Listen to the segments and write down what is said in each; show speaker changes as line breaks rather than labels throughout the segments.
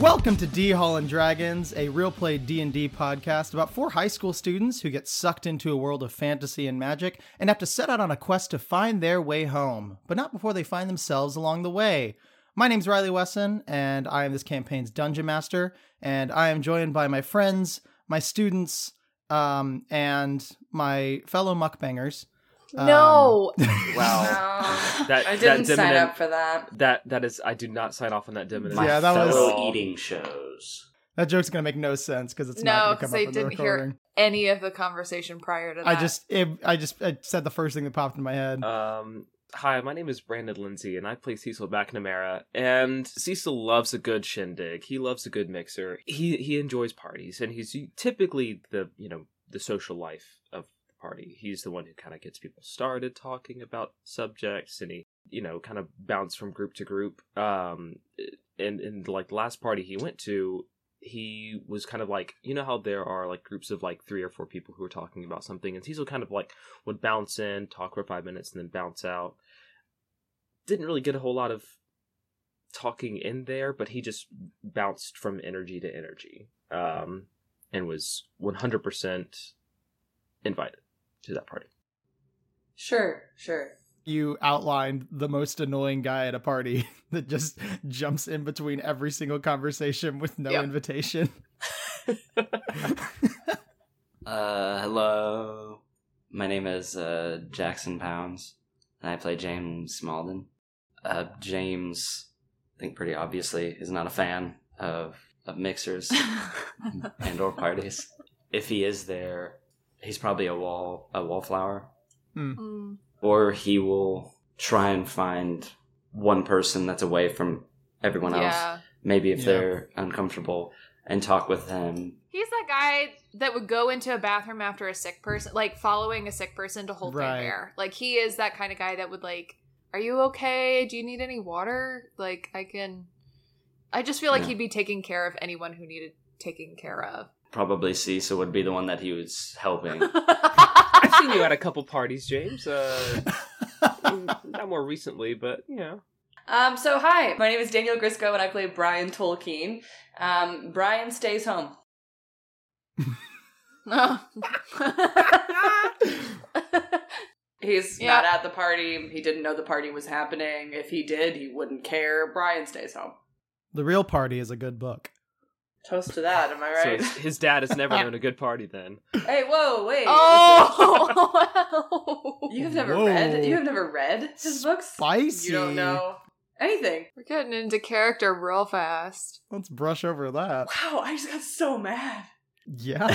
Welcome to D Hall and Dragons, a real play D&D podcast about four high school students who get sucked into a world of fantasy and magic and have to set out on a quest to find their way home, but not before they find themselves along the way. My name's Riley Wesson and I am this campaign's dungeon master and I am joined by my friends, my students, um, and my fellow muckbangers.
No.
Wow.
No.
That,
I didn't
that
sign
Diminen-
up for that.
That that is, I do not sign off on that Diminen.
Yeah, that
fellow
was-
eating shows.
That joke's going to make no sense because it's
no,
not going to
because
come up
I
in the
didn't
recording.
hear any of the conversation prior to that.
I just it, I just I said the first thing that popped in my head.
Um, hi, my name is Brandon Lindsay, and I play Cecil McNamara. And Cecil loves a good shindig. He loves a good mixer. He he enjoys parties, and he's typically the you know the social life of the party. He's the one who kind of gets people started talking about subjects, and he you know kind of bounce from group to group. Um, and and like the last party he went to. He was kind of like you know how there are like groups of like three or four people who are talking about something, and Cecil kind of like would bounce in, talk for five minutes, and then bounce out. Didn't really get a whole lot of talking in there, but he just bounced from energy to energy um, and was 100% invited to that party.
sure, sure.
you outlined the most annoying guy at a party that just jumps in between every single conversation with no
Yep.
invitation.
Uh, hello. My name is uh, Jackson Pounds, and I play James Malden. Uh, James, I think pretty obviously, is not a fan of, of mixers and or parties. If he is there, he's probably a wall a wallflower,
Mm.
or he will try and find one person that's away from everyone else.
yeah.
maybe if
Yeah.
they're uncomfortable and talk with them.
He's that guy that would go into a bathroom after a sick person, like following a sick person to hold
Right.
their hair. Like he is that kind of guy that would like, "Are you okay? Do you need any water? Like I can." I just feel like
Yeah.
he'd be taking care of anyone who needed taken care of.
Probably Cecil would be the one that he was helping.
I've seen you at a couple parties, James. Uh, not more recently, but you know.
Um, so hi, my name is Daniel Grisco and I play Brian Tolkien. Um, Brian stays home. He's
Yeah.
not at the party. He didn't know the party was happening. If he did, he wouldn't care. Brian stays home.
the real party is a good book.
Toast to that, am I
So
right?
his- his dad has never known a good party then.
hey, whoa, wait.
oh,
You have never
Whoa.
read you have never read his books?
Spicy.
You don't know anything.
we're getting into character real fast.
Let's brush over that.
Wow, I just got so mad.
Yeah.
uh,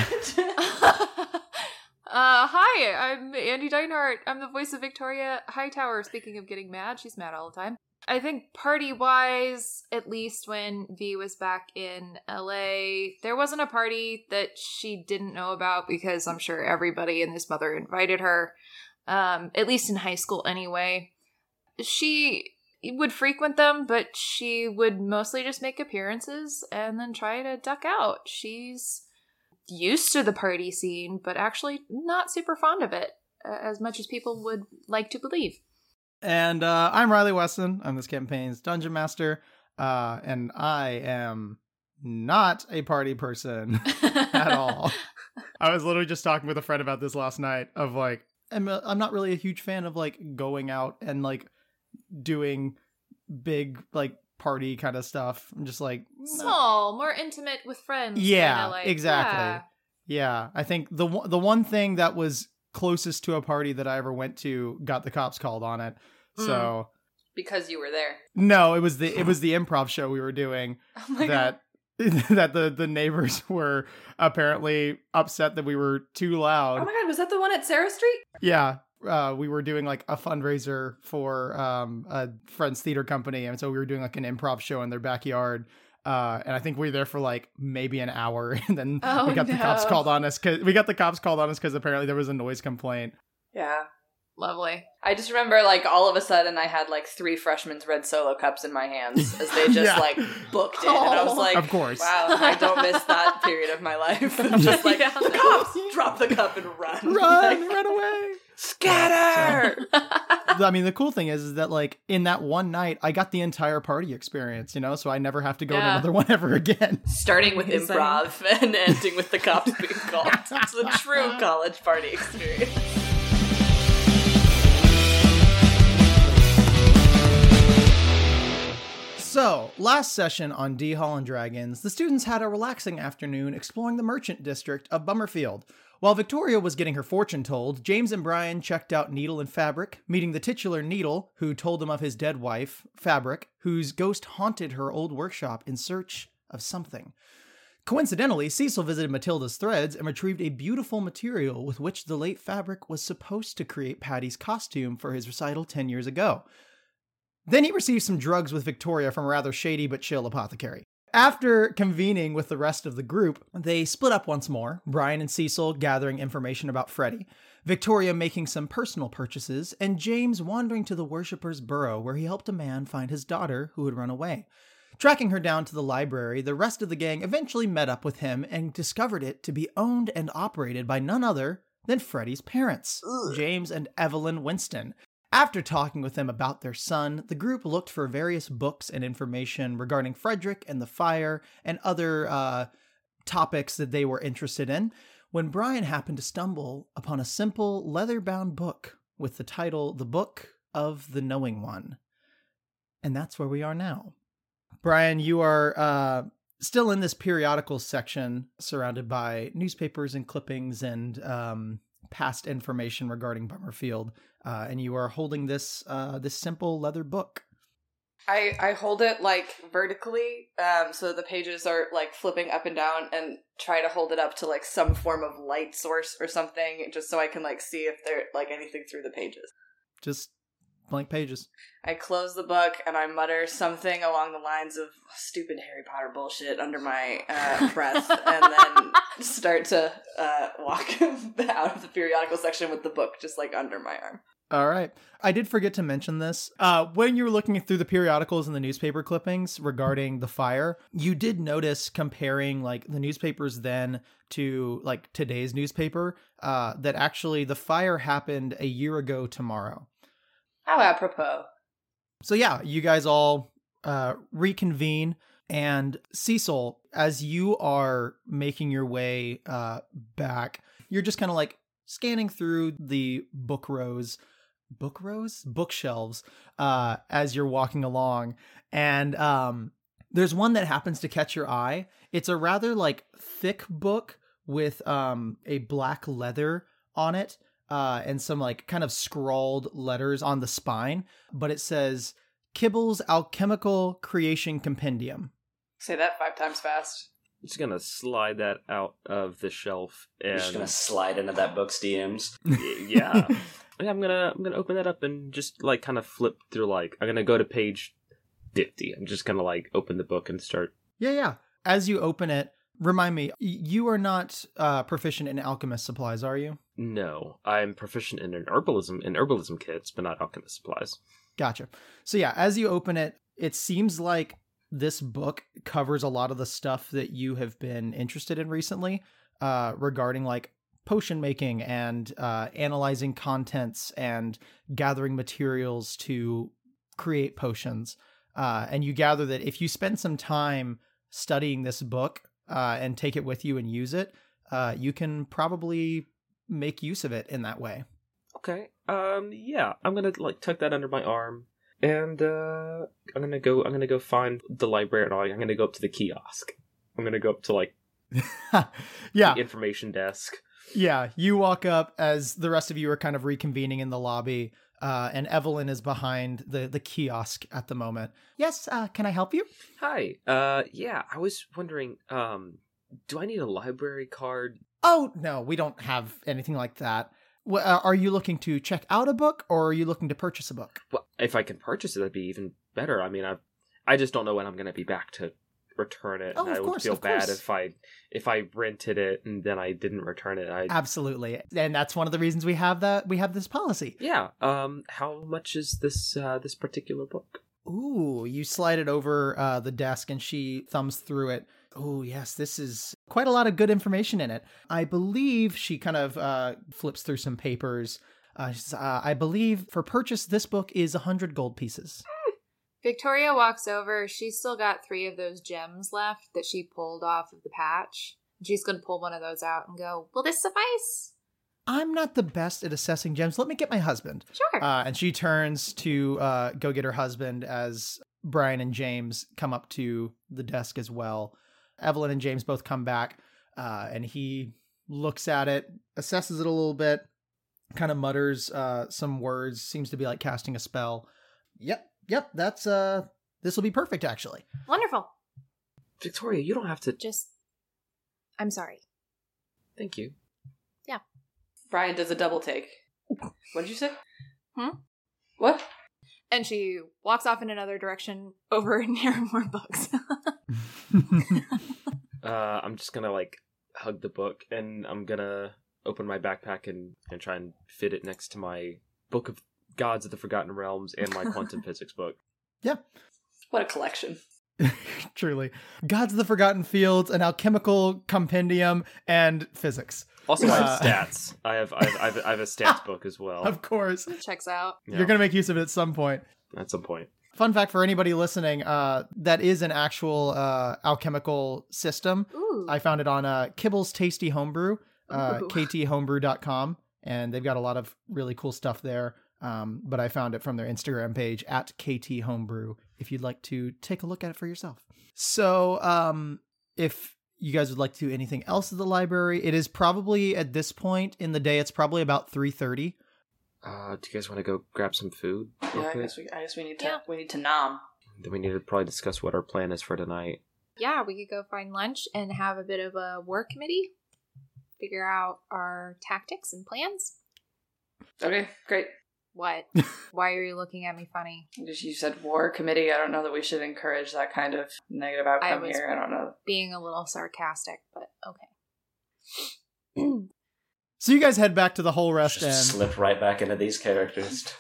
hi, I'm Andy Dinehart. I'm the voice of Victoria Hightower. Speaking of getting mad, she's mad all the time. I think party wise, at least when V was back in LA, there wasn't a party that she didn't know about because I'm sure everybody and his mother invited her, um, at least in high school anyway. She would frequent them, but she would mostly just make appearances and then try to duck out. She's used to the party scene, but actually not super fond of it uh, as much as people would like to believe.
and uh, I'm Riley Wesson. I'm this campaign's dungeon master, uh, and I am not a party person. at all. I was literally just talking with a friend about this last night of like I'm a, I'm not really a huge fan of like going out and like doing big like party kind of stuff. I'm just like
Small, more intimate with friends.
Yeah,
kinda like-
exactly. yeah, I think the one- the one thing that was closest to a party that I ever went to got the cops called on it. So
Because you were there.
no, it was the it was the improv show we were doing
Oh my god.
that that the the neighbors were apparently upset that we were too loud.
Oh my god, was that the one at Sarah Street?
Yeah. Uh, we were doing like a fundraiser for um, a friend's theater company. And so we were doing like an improv show in their backyard. Uh, and I think we were there for like maybe an hour. And then
Oh,
we got the cops
no.
called on us. Cause, we got the cops called on us because apparently there was a noise complaint.
Yeah.
Lovely.
I just remember, like, all of a sudden, I had like three freshmen's red solo cups in my hands as they just
Yeah.
like booked it, and I was
Oh.
like,
Of course.
wow, I don't miss that period of my life." I'm just like,
Yeah.
the cops drop the cup and
Run,
run, Like,
run away.
scatter.
The I mean, the cool thing is, is that like in that one night, I got the entire party experience, you know, so I never have to go to
Yeah.
another one ever again.
Starting with
Amazing.
improv and ending with the cops being called. It's a true college party experience.
So, last session on D Hall and Dragons, the students had a relaxing afternoon exploring the merchant district of Bummerfield. While Victoria was getting her fortune told, James and Brian checked out Needle and Fabric, meeting the titular Needle, who told them of his dead wife, Fabric, whose ghost haunted her old workshop in search of something. Coincidentally, Cecil visited Matilda's threads and retrieved a beautiful material with which the late Fabric was supposed to create Patty's costume for his recital 10 years ago. Then he received some drugs with Victoria from a rather shady but chill apothecary. After convening with the rest of the group, they split up once more, Brian and Cecil gathering information about Freddy, Victoria making some personal purchases, and James wandering to the worshipper's burrow where he helped a man find his daughter who had run away. Tracking her down to the library, the rest of the gang eventually met up with him and discovered it to be owned and operated by none other than Freddy's parents, James and Evelyn Winston. After talking with them about their son, the group looked for various books and information regarding Frederick and the fire and other uh, topics that they were interested in when Brian happened to stumble upon a simple leather bound book with the title The Book of the Knowing One. And that's where we are now. Brian, you are uh, still in this periodical section surrounded by newspapers and clippings and um, past information regarding Bummerfield uh, and you are holding this uh, this simple leather book.
I, I hold it like vertically, um, so the pages are like flipping up and down, and try to hold it up to like some form of light source or something, just so I can like see if there like anything through the pages.
Just blank pages.
I close the book and I mutter something along the lines of "stupid Harry Potter bullshit" under my uh, breath, and then start to uh, walk out of the periodical section with the book just like under my arm.
All right. I did forget to mention this. Uh, when you were looking through the periodicals and the newspaper clippings regarding the fire, you did notice comparing like the newspapers then to like today's newspaper uh, that actually the fire happened a year ago tomorrow.
How apropos!
So yeah, you guys all uh, reconvene, and Cecil, as you are making your way uh, back, you're just kind of like scanning through the book rows, book rows, bookshelves, uh, as you're walking along, and um, there's one that happens to catch your eye. It's a rather like thick book with um, a black leather on it. Uh, and some like kind of scrawled letters on the spine but it says Kibble's Alchemical Creation Compendium.
Say that five times fast.
I'm just gonna slide that out of the shelf
You're
and
just gonna slide into that book's DMs.
yeah. yeah, I'm gonna I'm gonna open that up and just like kind of flip through like I'm gonna go to page fifty. I'm just gonna like open the book and start.
yeah, yeah. As you open it, remind me, y- you are not uh, proficient in alchemist supplies, are you?
No, I'm proficient in an herbalism in herbalism kits, but not alchemist supplies.
Gotcha. So yeah, as you open it, it seems like this book covers a lot of the stuff that you have been interested in recently, uh, regarding like potion making and uh, analyzing contents and gathering materials to create potions. Uh, and you gather that if you spend some time studying this book uh, and take it with you and use it, uh, you can probably make use of it in that way.
Okay. Um. Yeah, I'm gonna like tuck that under my arm, and uh, I'm gonna go. I'm gonna go find the library and all. I'm gonna go up to the kiosk. I'm gonna go up to like
yeah, Ah.
the information desk.
Yeah, you walk up as the rest of you are kind of reconvening in the lobby, uh, and Evelyn is behind the the kiosk at the moment. Yes, uh, can I help you?
Hi. Uh. Yeah, I was wondering. Um. Do I need a library card?
Oh no, we don't have anything like that. Wh- uh, are you looking to check out a book, or are you looking to purchase a book?
Well, if I can purchase it, that'd be even better. I mean, I, I just don't know when I'm gonna be back to return it.
Oh,
and
of
I
course,
would feel
of
bad
course.
if I if I rented it and then I didn't return it.
Uh,
I
Absolutely, and that's one of the reasons we have that we have this policy.
yeah. Um. How much is this uh this particular book?
Ooh, you slide it over uh, the desk and she thumbs through it. Oh, yes, this is quite a lot of good information in it. I believe she kind of uh, flips through some papers Uh, she says, uh, I believe for purchase, this book is 100 gold pieces.
Victoria walks over. She's still got three of those gems left that she pulled off of the patch. She's going to pull one of those out and go, Will this suffice?
I'm not the best at assessing gems. Let me get my husband.
Sure.
Uh, and she turns to uh, go get her husband as Brian and James come up to the desk as well. Evelyn and James both come back, uh, and he looks at it, assesses it a little bit, kind of mutters uh, some words, seems to be like casting a spell. Yep, yep, that's uh, this will be perfect actually.
Wonderful.
Victoria, you don't have to.
Just, I'm sorry.
Thank you.
Brian does a double take. What did you say?
Hmm?
What?
And she walks off in another direction over and near more books.
Uh, I'm just gonna like hug the book, and I'm gonna open my backpack and and try and fit it next to my book of gods of the forgotten realms and my quantum physics book.
What a collection.
Truly, Gods of the Forgotten Fields, an alchemical compendium, and physics.
Also, I
Uh.
have stats. I have I have, I have, I have a stats book as well.
Of course,
Checks out.
Oh. Yeah,
you're gonna make use of it at some point.
at some point.
Fun fact for anybody listening: uh, that is an actual uh, alchemical system.
Ooh.
I found it on uh, Kibble's Tasty Homebrew, uh,
Ooh.
kthomebrew.com, and they've got a lot of really cool stuff there. Um, but I found it from their Instagram page at KT Homebrew if you'd like to take a look at it for yourself. So, um, if you guys would like to do anything else at the library, it is probably at this point in the day, it's probably about 3.30.
Uh, do you guys want to go grab some food? real
Yeah, I
quick?
guess we, I guess we need to
Yeah.
we need to nom.
Then we need to probably discuss what our plan is for tonight.
yeah, we could go find lunch and have a bit of a war committee, figure out our tactics and plans.
Okay, great.
What? Why are you looking at me funny?
Because you said war committee. I don't know that we should encourage that kind of negative outcome
was-
here. I don't know.
Being a little sarcastic, but okay.
So you guys head back to the whole rest
Just
end.
slip right back into these characters.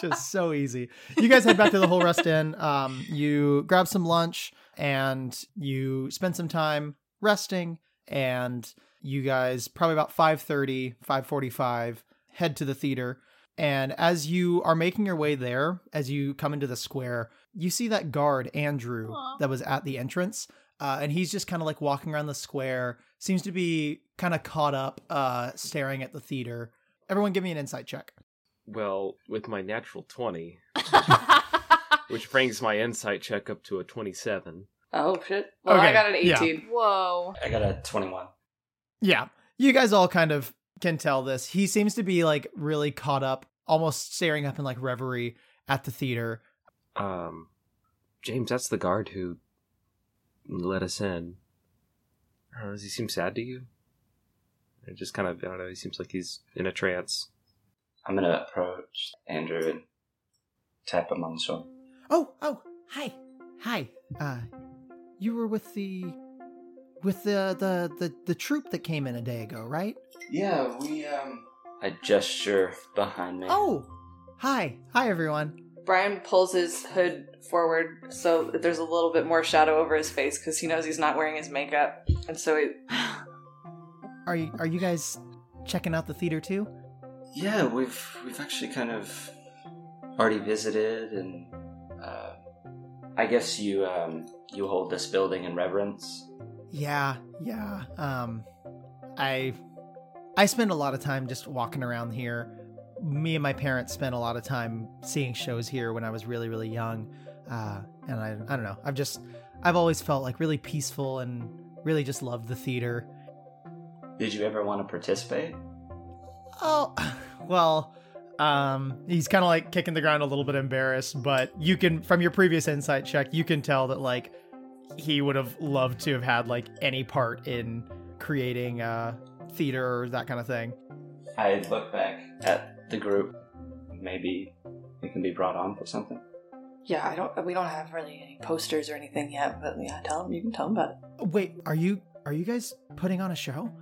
just so easy. You guys head back to the whole rest inn. Um, you grab some lunch and you spend some time resting. And you guys probably about 5.30, 5.45 head to the theater. And as you are making your way there, as you come into the square, you see that guard, Andrew,
Aw.
that was at the entrance. Uh, and he's just kind of like walking around the square, seems to be kind of caught up, uh, staring at the theater. Everyone, give me an insight check.
Well, with my natural twenty, which brings my insight check up to a twenty-seven.
Oh shit. Well,
Okay,
I got an
yeah.
eighteen.
Whoa.
I got a 21.
Yeah. You guys all kind of can tell this. He seems to be like really caught up, almost staring up in like reverie at the theater.
Um, James, that's the guard who let us in. I don't know, does he seem sad to you? Or just kind of, I don't know, he seems like he's in a trance.
I'm going to approach Andrew and tap him on the shoulder.
Oh, oh, hi. Hi. Uh you were with the with the the the, the troop that came in a day ago, right?
Yeah, we, um. I gesture behind me.
Oh. Hi. Hi everyone.
Brian pulls his hood forward so that there's a little bit more shadow over his face because he knows he's not wearing his makeup, and so he
Are you are you guys checking out the theater too?
Yeah, we've we've actually kind of already visited, and uh, I guess you um, you hold this building in reverence.
Yeah, yeah. Um I I spend a lot of time just walking around here. Me and my parents spent a lot of time seeing shows here when I was really, really young. Uh and I I don't know. I've just I've always felt like really peaceful and really just loved the theater.
Did you ever want to participate?
Oh, well, um, he's kind of like kicking the ground a little bit embarrassed, but you can, from your previous insight check, you can tell that like he would have loved to have had like any part in creating uh, theater or that kind of thing.
I look back at the group. Maybe it can be brought on for something.
Yeah, I don't. We don't have really any posters or anything yet, but yeah, tell him. You can tell him about it.
Wait, are you are you guys putting on a show?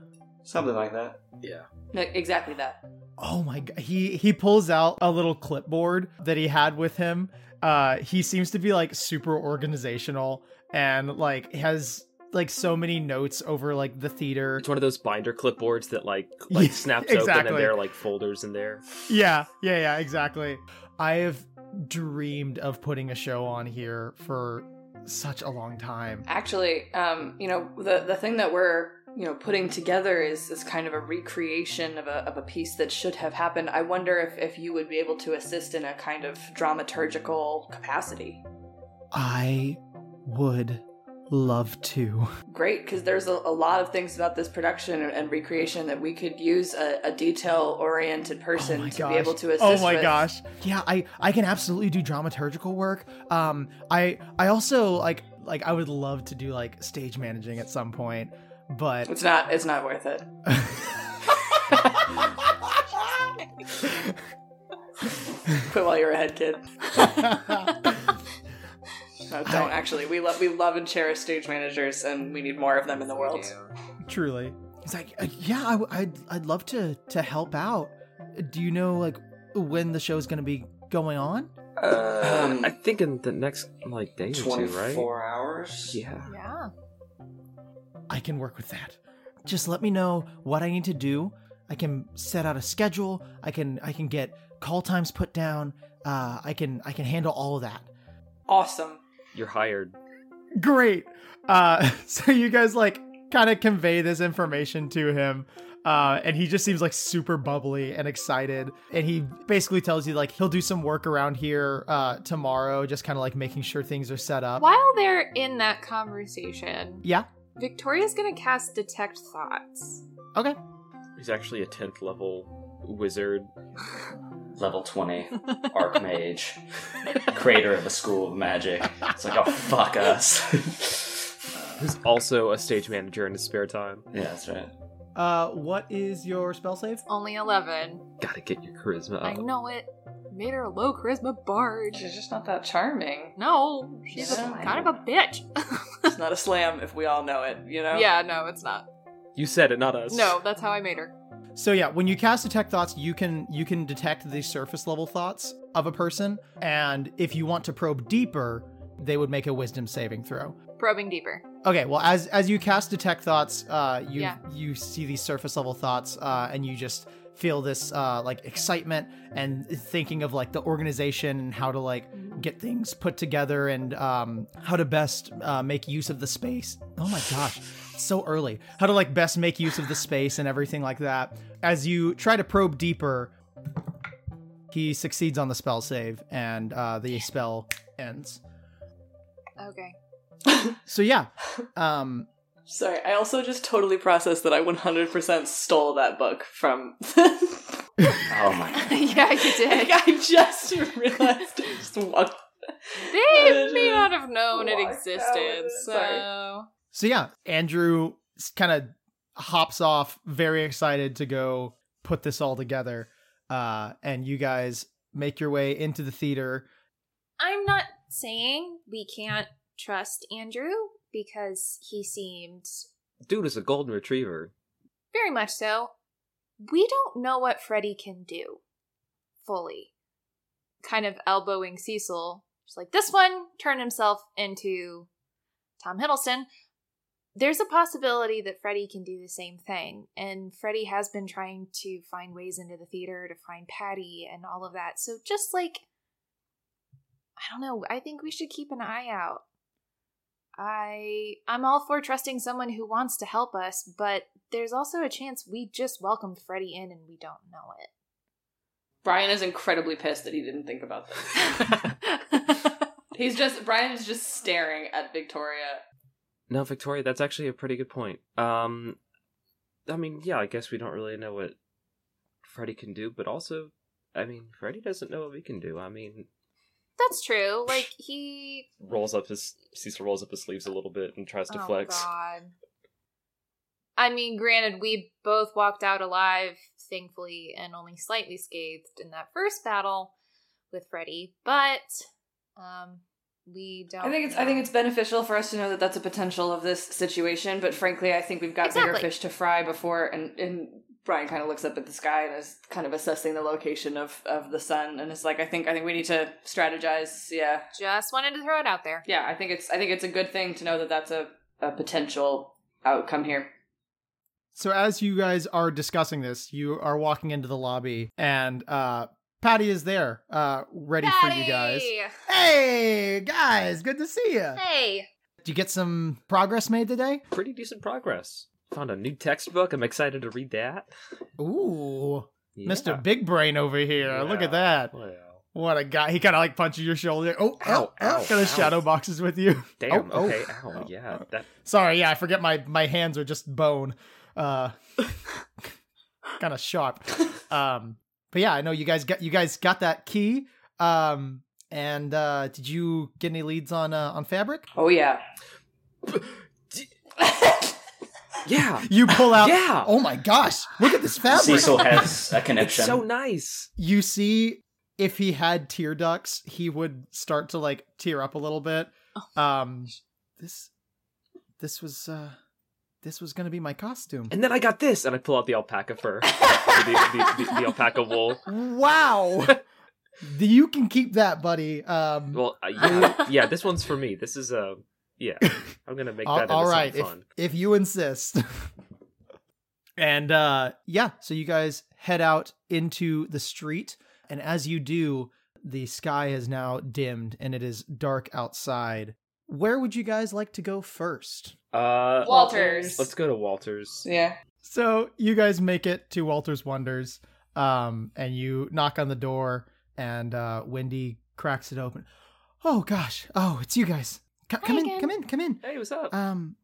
Something like that.
Yeah.
exactly that.
Oh my god. He he pulls out a little clipboard that he had with him. Uh he seems to be like super organizational and like has like so many notes over like the theater.
It's one of those binder clipboards that like like
Yeah,
snaps open
exactly.
and there are like folders in there.
Yeah, yeah, yeah, exactly. I have dreamed of putting a show on here for such a long time.
Actually, um, you know, the the thing that we're you know putting together is is kind of a recreation of a of a piece that should have happened. I wonder if if you would be able to assist in a kind of dramaturgical capacity.
I would love to.
Great, because there's a, a lot of things about this production and, and recreation that we could use a, a detail oriented person
oh my
to
gosh.
be able to
Oh
assist.
my
with.
gosh. Yeah, I I can absolutely do dramaturgical work. Um I I also like like I would love to do like stage managing at some point, but
It's not. It's not worth it. Quit while you're ahead, kid. No, don't
I-
actually. We love we love and cherish stage managers, and we need more of them in the world.
truly. He's like, "Uh, "Yeah, I would I'd, I'd love to to help out. Do you know like when the show's going to be going on?"
Um,
Uh,
I think in the next like day or two, right?
24 hours?
Yeah.
Yeah.
I can work with that. Just let me know what I need to do. I can set out a schedule. I can I can get call times put down. Uh, I can I can handle all of that.
Awesome.
You're hired.
Great. Uh, so you guys like kind of convey this information to him, uh, and he just seems like super bubbly and excited. And he basically tells you like he'll do some work around here uh, tomorrow, just kind of like making sure things are set up.
While they're in that conversation,
Yeah.
Victoria's gonna cast Detect Thoughts.
Okay.
He's actually a tenth level wizard.
Level 20, Archmage, creator of the School of Magic. It's like, oh, fuck us.
Who's also a stage manager in his spare time.
yeah, that's right.
Uh, what is your spell save?
Only 11.
Gotta get your charisma up.
I know it. Made her a low charisma bard.
She's just not that charming.
No, she's a-
Yeah.
kind of a bitch.
It's not a slam if we all know it, you know?
yeah, no, it's not.
You said it, not us.
No, that's how I made her.
So yeah, when you cast detect thoughts, you can you can detect the surface level thoughts of a person, and if you want to probe deeper, they would make a wisdom saving throw.
Probing deeper.
Okay, well as as you cast detect thoughts, uh, you
Yeah.
you see these surface level thoughts, uh, and you just feel this uh, like excitement and thinking of like the organization and how to like get things put together and um, how to best uh, make use of the space. Oh my gosh, it's so early. How to like best make use of the space and everything like that. As you try to probe deeper, he succeeds on the spell save and uh, the spell ends.
Okay.
So yeah, um,
Sorry, I also just totally processed that I 100% stole that book from.
Oh my god.
yeah, you did.
Like, I just realized it just walked.
They
I
may
just
not have known it
walked out with
existed,
it,
so.
so yeah, Andrew kind of hops off, very excited to go put this all together, uh, and you guys make your way into the theater.
I'm not saying we can't trust Andrew because he seemed
Dude is a golden retriever.
very much so. We don't know what Freddy can do fully. Kind of elbowing Cecil. Just like this one turned himself into Tom Hiddleston. There's a possibility that Freddy can do the same thing. And Freddy has been trying to find ways into the theater to find Patty and all of that. So just like I don't know, I think we should keep an eye out. I I'm all for trusting someone who wants to help us, but there's also a chance we just welcomed Freddy in and we don't know it.
Brian is incredibly pissed that he didn't think about this. He's just. Brian is just staring at Victoria.
No, Victoria, that's actually a pretty good point. Um, I mean, yeah, I guess we don't really know what Freddy can do, but also, I mean, Freddy doesn't know what we can do. I mean,
That's true. Like he
rolls up his Cecil rolls up his sleeves a little bit and tries to
oh,
flex.
God. I mean, granted, we both walked out alive, thankfully, and only slightly scathed in that first battle with Freddy, but um we don't
I think it's I think it's beneficial for us to know that that's a potential of this situation, but frankly, I think we've got bigger
Exactly.
fish to fry before. And, and Brian kind of looks up at the sky and is kind of assessing the location of of the sun, and it's like I think I think we need to strategize. Yeah,
just wanted to throw it out there.
yeah. I think it's I think it's a good thing to know that that's a a potential outcome here.
So as you guys are discussing this, you are walking into the lobby, and uh, Patty is there, uh, ready for you guys. Hey guys, good to see you.
Hey.
Did you get some progress made today?
Pretty decent progress. Found a new textbook. I'm excited to read that.
Ooh,
Yeah.
Mr. Big Brain over here. Look
Yeah.
at that.
Well,
What a guy. He kind of like punches your shoulder. Oh,
Ow,
ow,
ow,
ow. Kind
ow.
of shadow boxes with you. Oh,
damn.
oh.
okay. Ow.
Oh,
yeah.
oh.
That.
Sorry, yeah, I forget my my hands are just bone. Uh kind of sharp. Um but yeah, I know you guys got you guys got that key. Um and uh did you get any leads on uh, on fabric?
Oh yeah.
Yeah.
You pull out
yeah.
Oh my gosh, look at this fabric.
Cecil has a
it's
connection.
so nice.
you see if he had tear ducts, he would start to like tear up a little bit. Um this this was uh this was going to be my costume.
And then I got this, and I pull out the alpaca fur, the, the, the, the alpaca wool.
Wow. you can keep that, buddy. Um,
Well, uh, yeah, yeah, this one's for me. This is a yeah. I'm gonna make
All-
that
all
into
right,
something fun.
if you insist. and uh, yeah, so you guys head out into the street. And as you do, the sky has now dimmed and it is dark outside. Where would you guys like to go first?
Uh,
Walters.
let's go to Walters.
Yeah.
So you guys make it to Walter's Wonders, um, and you knock on the door, and uh, Wendy cracks it open. Oh gosh! Oh, it's you guys. C- come in,
again.
come in, come in.
Hey, what's up?
Um,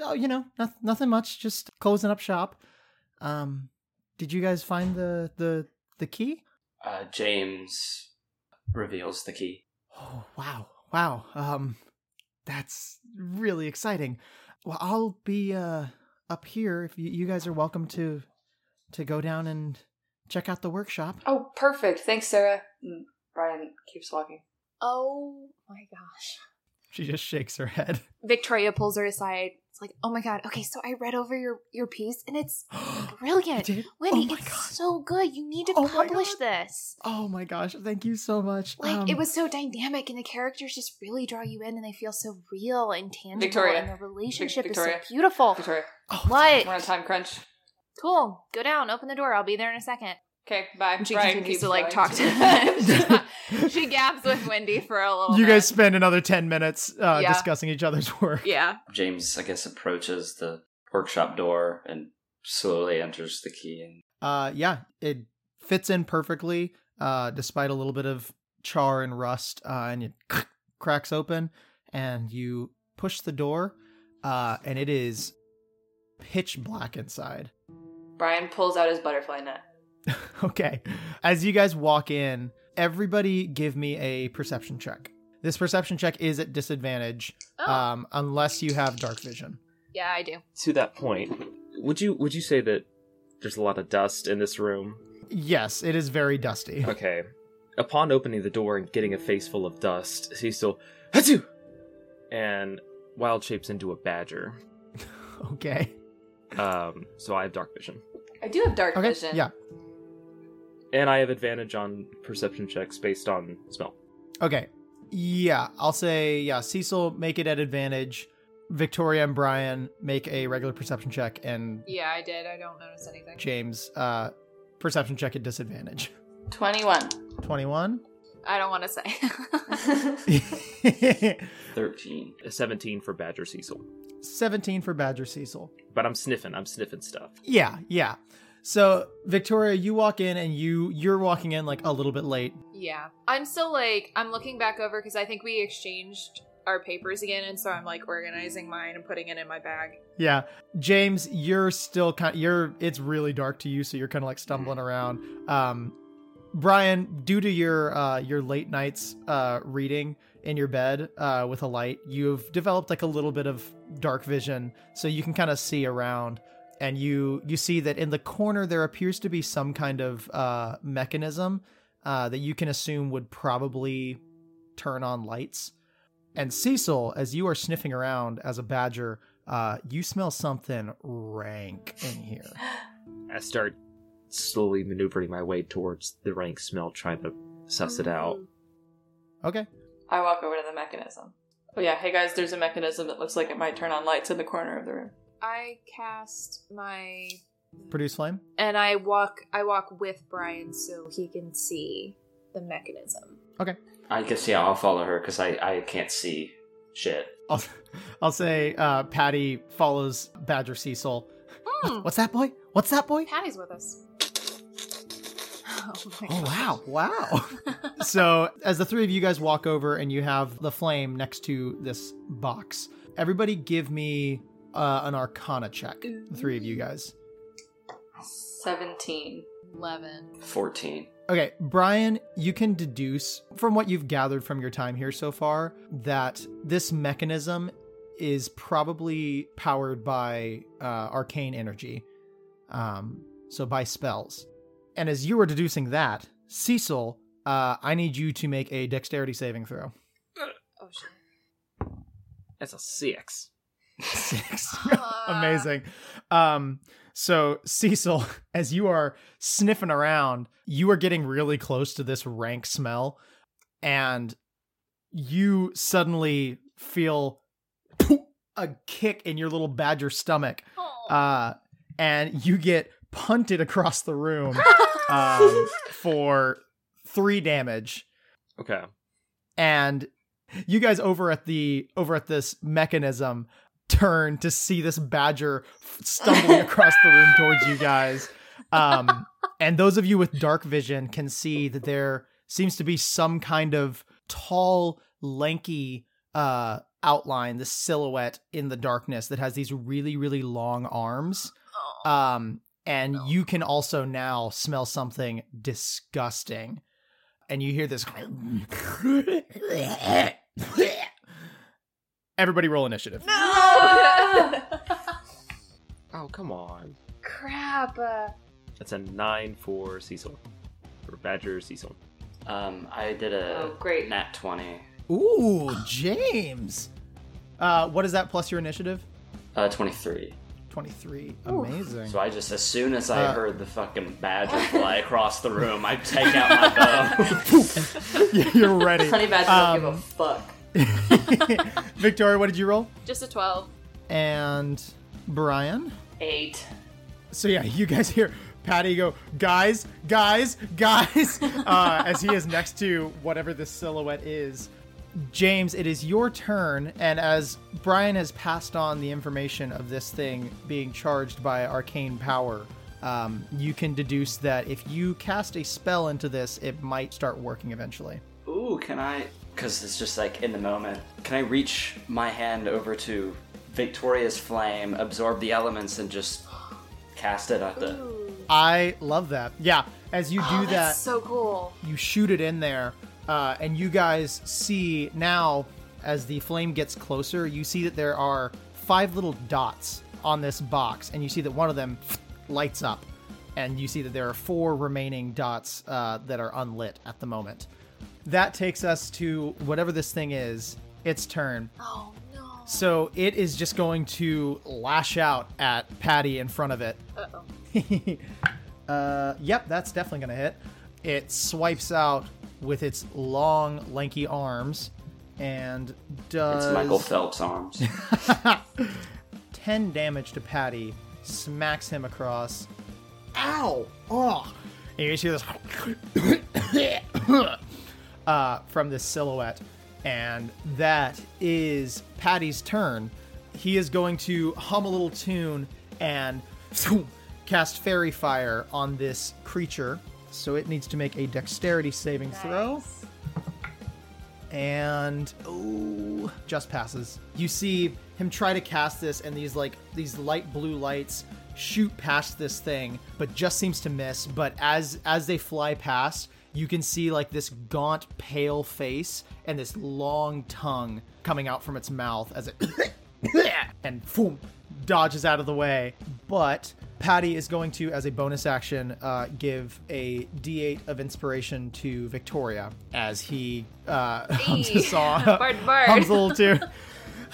oh, you know, noth- nothing much. Just closing up shop. Um, did you guys find the the the key?
Uh, James reveals the key.
Oh wow, wow. Um, that's really exciting. Well, I'll be uh up here. If you, you guys are welcome to to go down and check out the workshop.
Oh, perfect. Thanks, Sarah. Mm, Brian keeps walking.
Oh my gosh.
She just shakes her head.
Victoria pulls her aside. It's like, oh my god. Okay, so I read over your your piece, and it's brilliant,
did?
Wendy.
oh my
it's
gosh.
so good. You need to
Oh my
publish
God.
this.
Oh my gosh! Thank you so much.
Like
Um,
it was so dynamic, and the characters just really draw you in, and they feel so real and tangible.
Victoria.
and the relationship
Victoria.
is so beautiful.
Victoria,
oh,
we're on a
What?
time crunch.
Cool. Go down. Open the door. I'll be there in a second.
Okay, bye.
And she
Brian
continues
keeps
to like
going.
talk to them. she gabs with Wendy for a little.
You
bit.
guys spend another ten minutes uh,
Yeah.
discussing each other's work.
Yeah.
James, I guess, approaches the workshop door and slowly enters the key. And
Uh, yeah, it fits in perfectly, uh, despite a little bit of char and rust, uh, and it cracks open, and you push the door, uh, and it is pitch black inside.
Brian pulls out his butterfly net.
Okay, as you guys walk in, everybody give me a perception check. This perception check is at disadvantage,
Oh.
um, unless you have dark vision.
yeah, I do.
To that point, would you would you say that there's a lot of dust in this room?
Yes, it is very dusty.
Okay. Upon opening the door and getting a face full of dust, Cecil, Hatsu! and wild shapes into a badger.
Okay.
Um, so I have dark vision,
I do have dark
Okay.
vision.
Yeah.
and I have advantage on perception checks based on smell.
Okay. Yeah, I'll say yeah, Cecil make it at advantage. Victoria and Brian make a regular perception check and
Yeah, I did. I don't notice anything.
James uh perception check at disadvantage.
21.
21.
I don't want to say.
13.
A Seventeen for badger Cecil,
17 for Badger Cecil.
but I'm sniffing. I'm sniffing stuff.
Yeah, yeah. So, Victoria, you walk in and you you're walking in like a little bit late.
yeah, I'm still like I'm looking back over because I think we exchanged our papers again, and so I'm like organizing mine and putting it in my bag.
Yeah. James, you're still kind you're it's really dark to you, so you're kind of like stumbling around. Um Brian, due to your uh your late nights uh reading in your bed uh with a light, you've developed like a little bit of dark vision so you can kind of see around and you you see that in the corner there appears to be some kind of uh mechanism uh that you can assume would probably turn on lights. And Cecil, as you are sniffing around as a badger, uh, you smell something rank in here.
I start slowly maneuvering my way towards the rank
Um,
smell, trying to suss it out.
Okay.
I walk over to the mechanism. But yeah, hey guys, there's a mechanism that looks like it might turn on lights in the corner of the room.
I cast my
Produce flame.
and I walk I walk with Brian so he can see the mechanism.
I guess yeah, I'll follow her because I I can't see shit.
I'll, I'll say uh, Patty follows Badger Cecil.
Hmm.
What's that boy? What's that boy?
Patty's with us. Oh, my
Oh, wow.
gosh.
Wow. so as the three of you guys walk over and you have the flame next to this box, everybody give me uh, an Arcana check. The three of you guys.
Seventeen.
Eleven.
Fourteen.
Okay, Brian, you can deduce from what you've gathered from your time here so far that this mechanism is probably powered by uh, arcane energy, um, so by spells. And as you were deducing that, Cecil, uh, I need you to make a dexterity saving throw.
Oh shit.
That's a six.
Six.
Ah.
Amazing. Um, so Cecil, as you are sniffing around, you are getting really close to this rank smell, and you suddenly feel a kick in your little badger stomach,
Oh.
uh, and you get punted across the room
Uh,
um, for three damage
Okay.
and you guys over at the over at this mechanism turn to see this badger f- stumbling across the room towards you guys um and those of you with dark vision can see that there seems to be some kind of tall lanky uh outline this silhouette in the darkness that has these really really long arms
Oh.
um, and you can also now smell something disgusting. And you hear this. Everybody roll initiative.
No! uh,
Oh come on.
Crap. Uh,
That's a nine for Cecil, for Badger Cecil.
Um, I did a
Oh, great.
nat twenty.
Ooh, James. Uh, what is that plus your initiative?
Uh, twenty three.
23.
Ooh.
Amazing.
So I just, as soon as I
Uh.
heard the fucking badger fly across the room, I take out my bow.
You're ready.
Honey badger don't
Um,
give a fuck.
Victoria, what did you roll?
just a twelve.
And Brian?
Eight.
So yeah, you guys hear Patty go, guys, guys, guys, uh, as he is next to whatever this silhouette is. James, it is your turn, and as Brian has passed on the information of this thing being charged by arcane power, um, you can deduce that if you cast a spell into this, it might start working eventually.
Ooh, can I? Because it's just like in the moment. Can I reach my hand over to Victoria's flame, absorb the elements, and just cast it at the?
I love that. Yeah, as you do
Oh,
that,
that's so cool.
you shoot it in there, uh, and you guys see now as the flame gets closer, you see that there are five little dots on this box, and you see that one of them lights up, and you see that there are four remaining dots uh, that are unlit at the moment. That takes us to whatever this thing is, its turn.
Oh no.
So it is just going to lash out at Patty in front of it.
Uh oh.
uh, yep, that's definitely gonna hit. It swipes out with its long, lanky arms and does
It's Michael Phelps' arms.
10 damage to Patty, smacks him across. Ow! Oh! And you just hear this uh, from this silhouette. And that is Patty's turn. He is going to hum a little tune and cast Fairy Fire on this creature. So it needs to make a dexterity saving throw and oh just passes you see him try to cast this and these like these light blue lights shoot past this thing but just seems to miss but as as they fly past you can see like this gaunt pale face and this long tongue coming out from its mouth as it and boom, dodges out of the way. But Patty is going to, as a bonus action, uh, give a D8 of inspiration to Victoria as he uh, hums a song,
Bard, bard.
hums a little tune.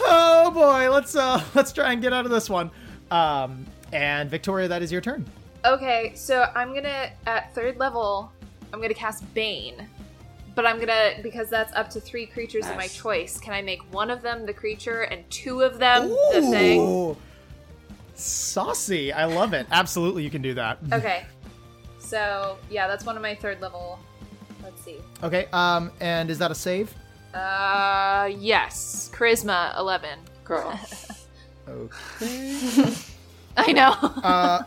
oh boy, let's uh, let's try and get out of this one. Um, and Victoria, that is your turn.
Okay, so I'm gonna at third level. I'm gonna cast Bane. But I'm gonna because that's up to three creatures of my
Nice.
choice. Can I make one of them the creature and two of them the thing?
Ooh. Saucy. I love it. Absolutely, you can do that.
Okay. So yeah, that's one of my third level. Let's see.
Okay, um, and is that a save?
Uh, yes, charisma eleven.
Girl.
Okay.
I know.
Uh,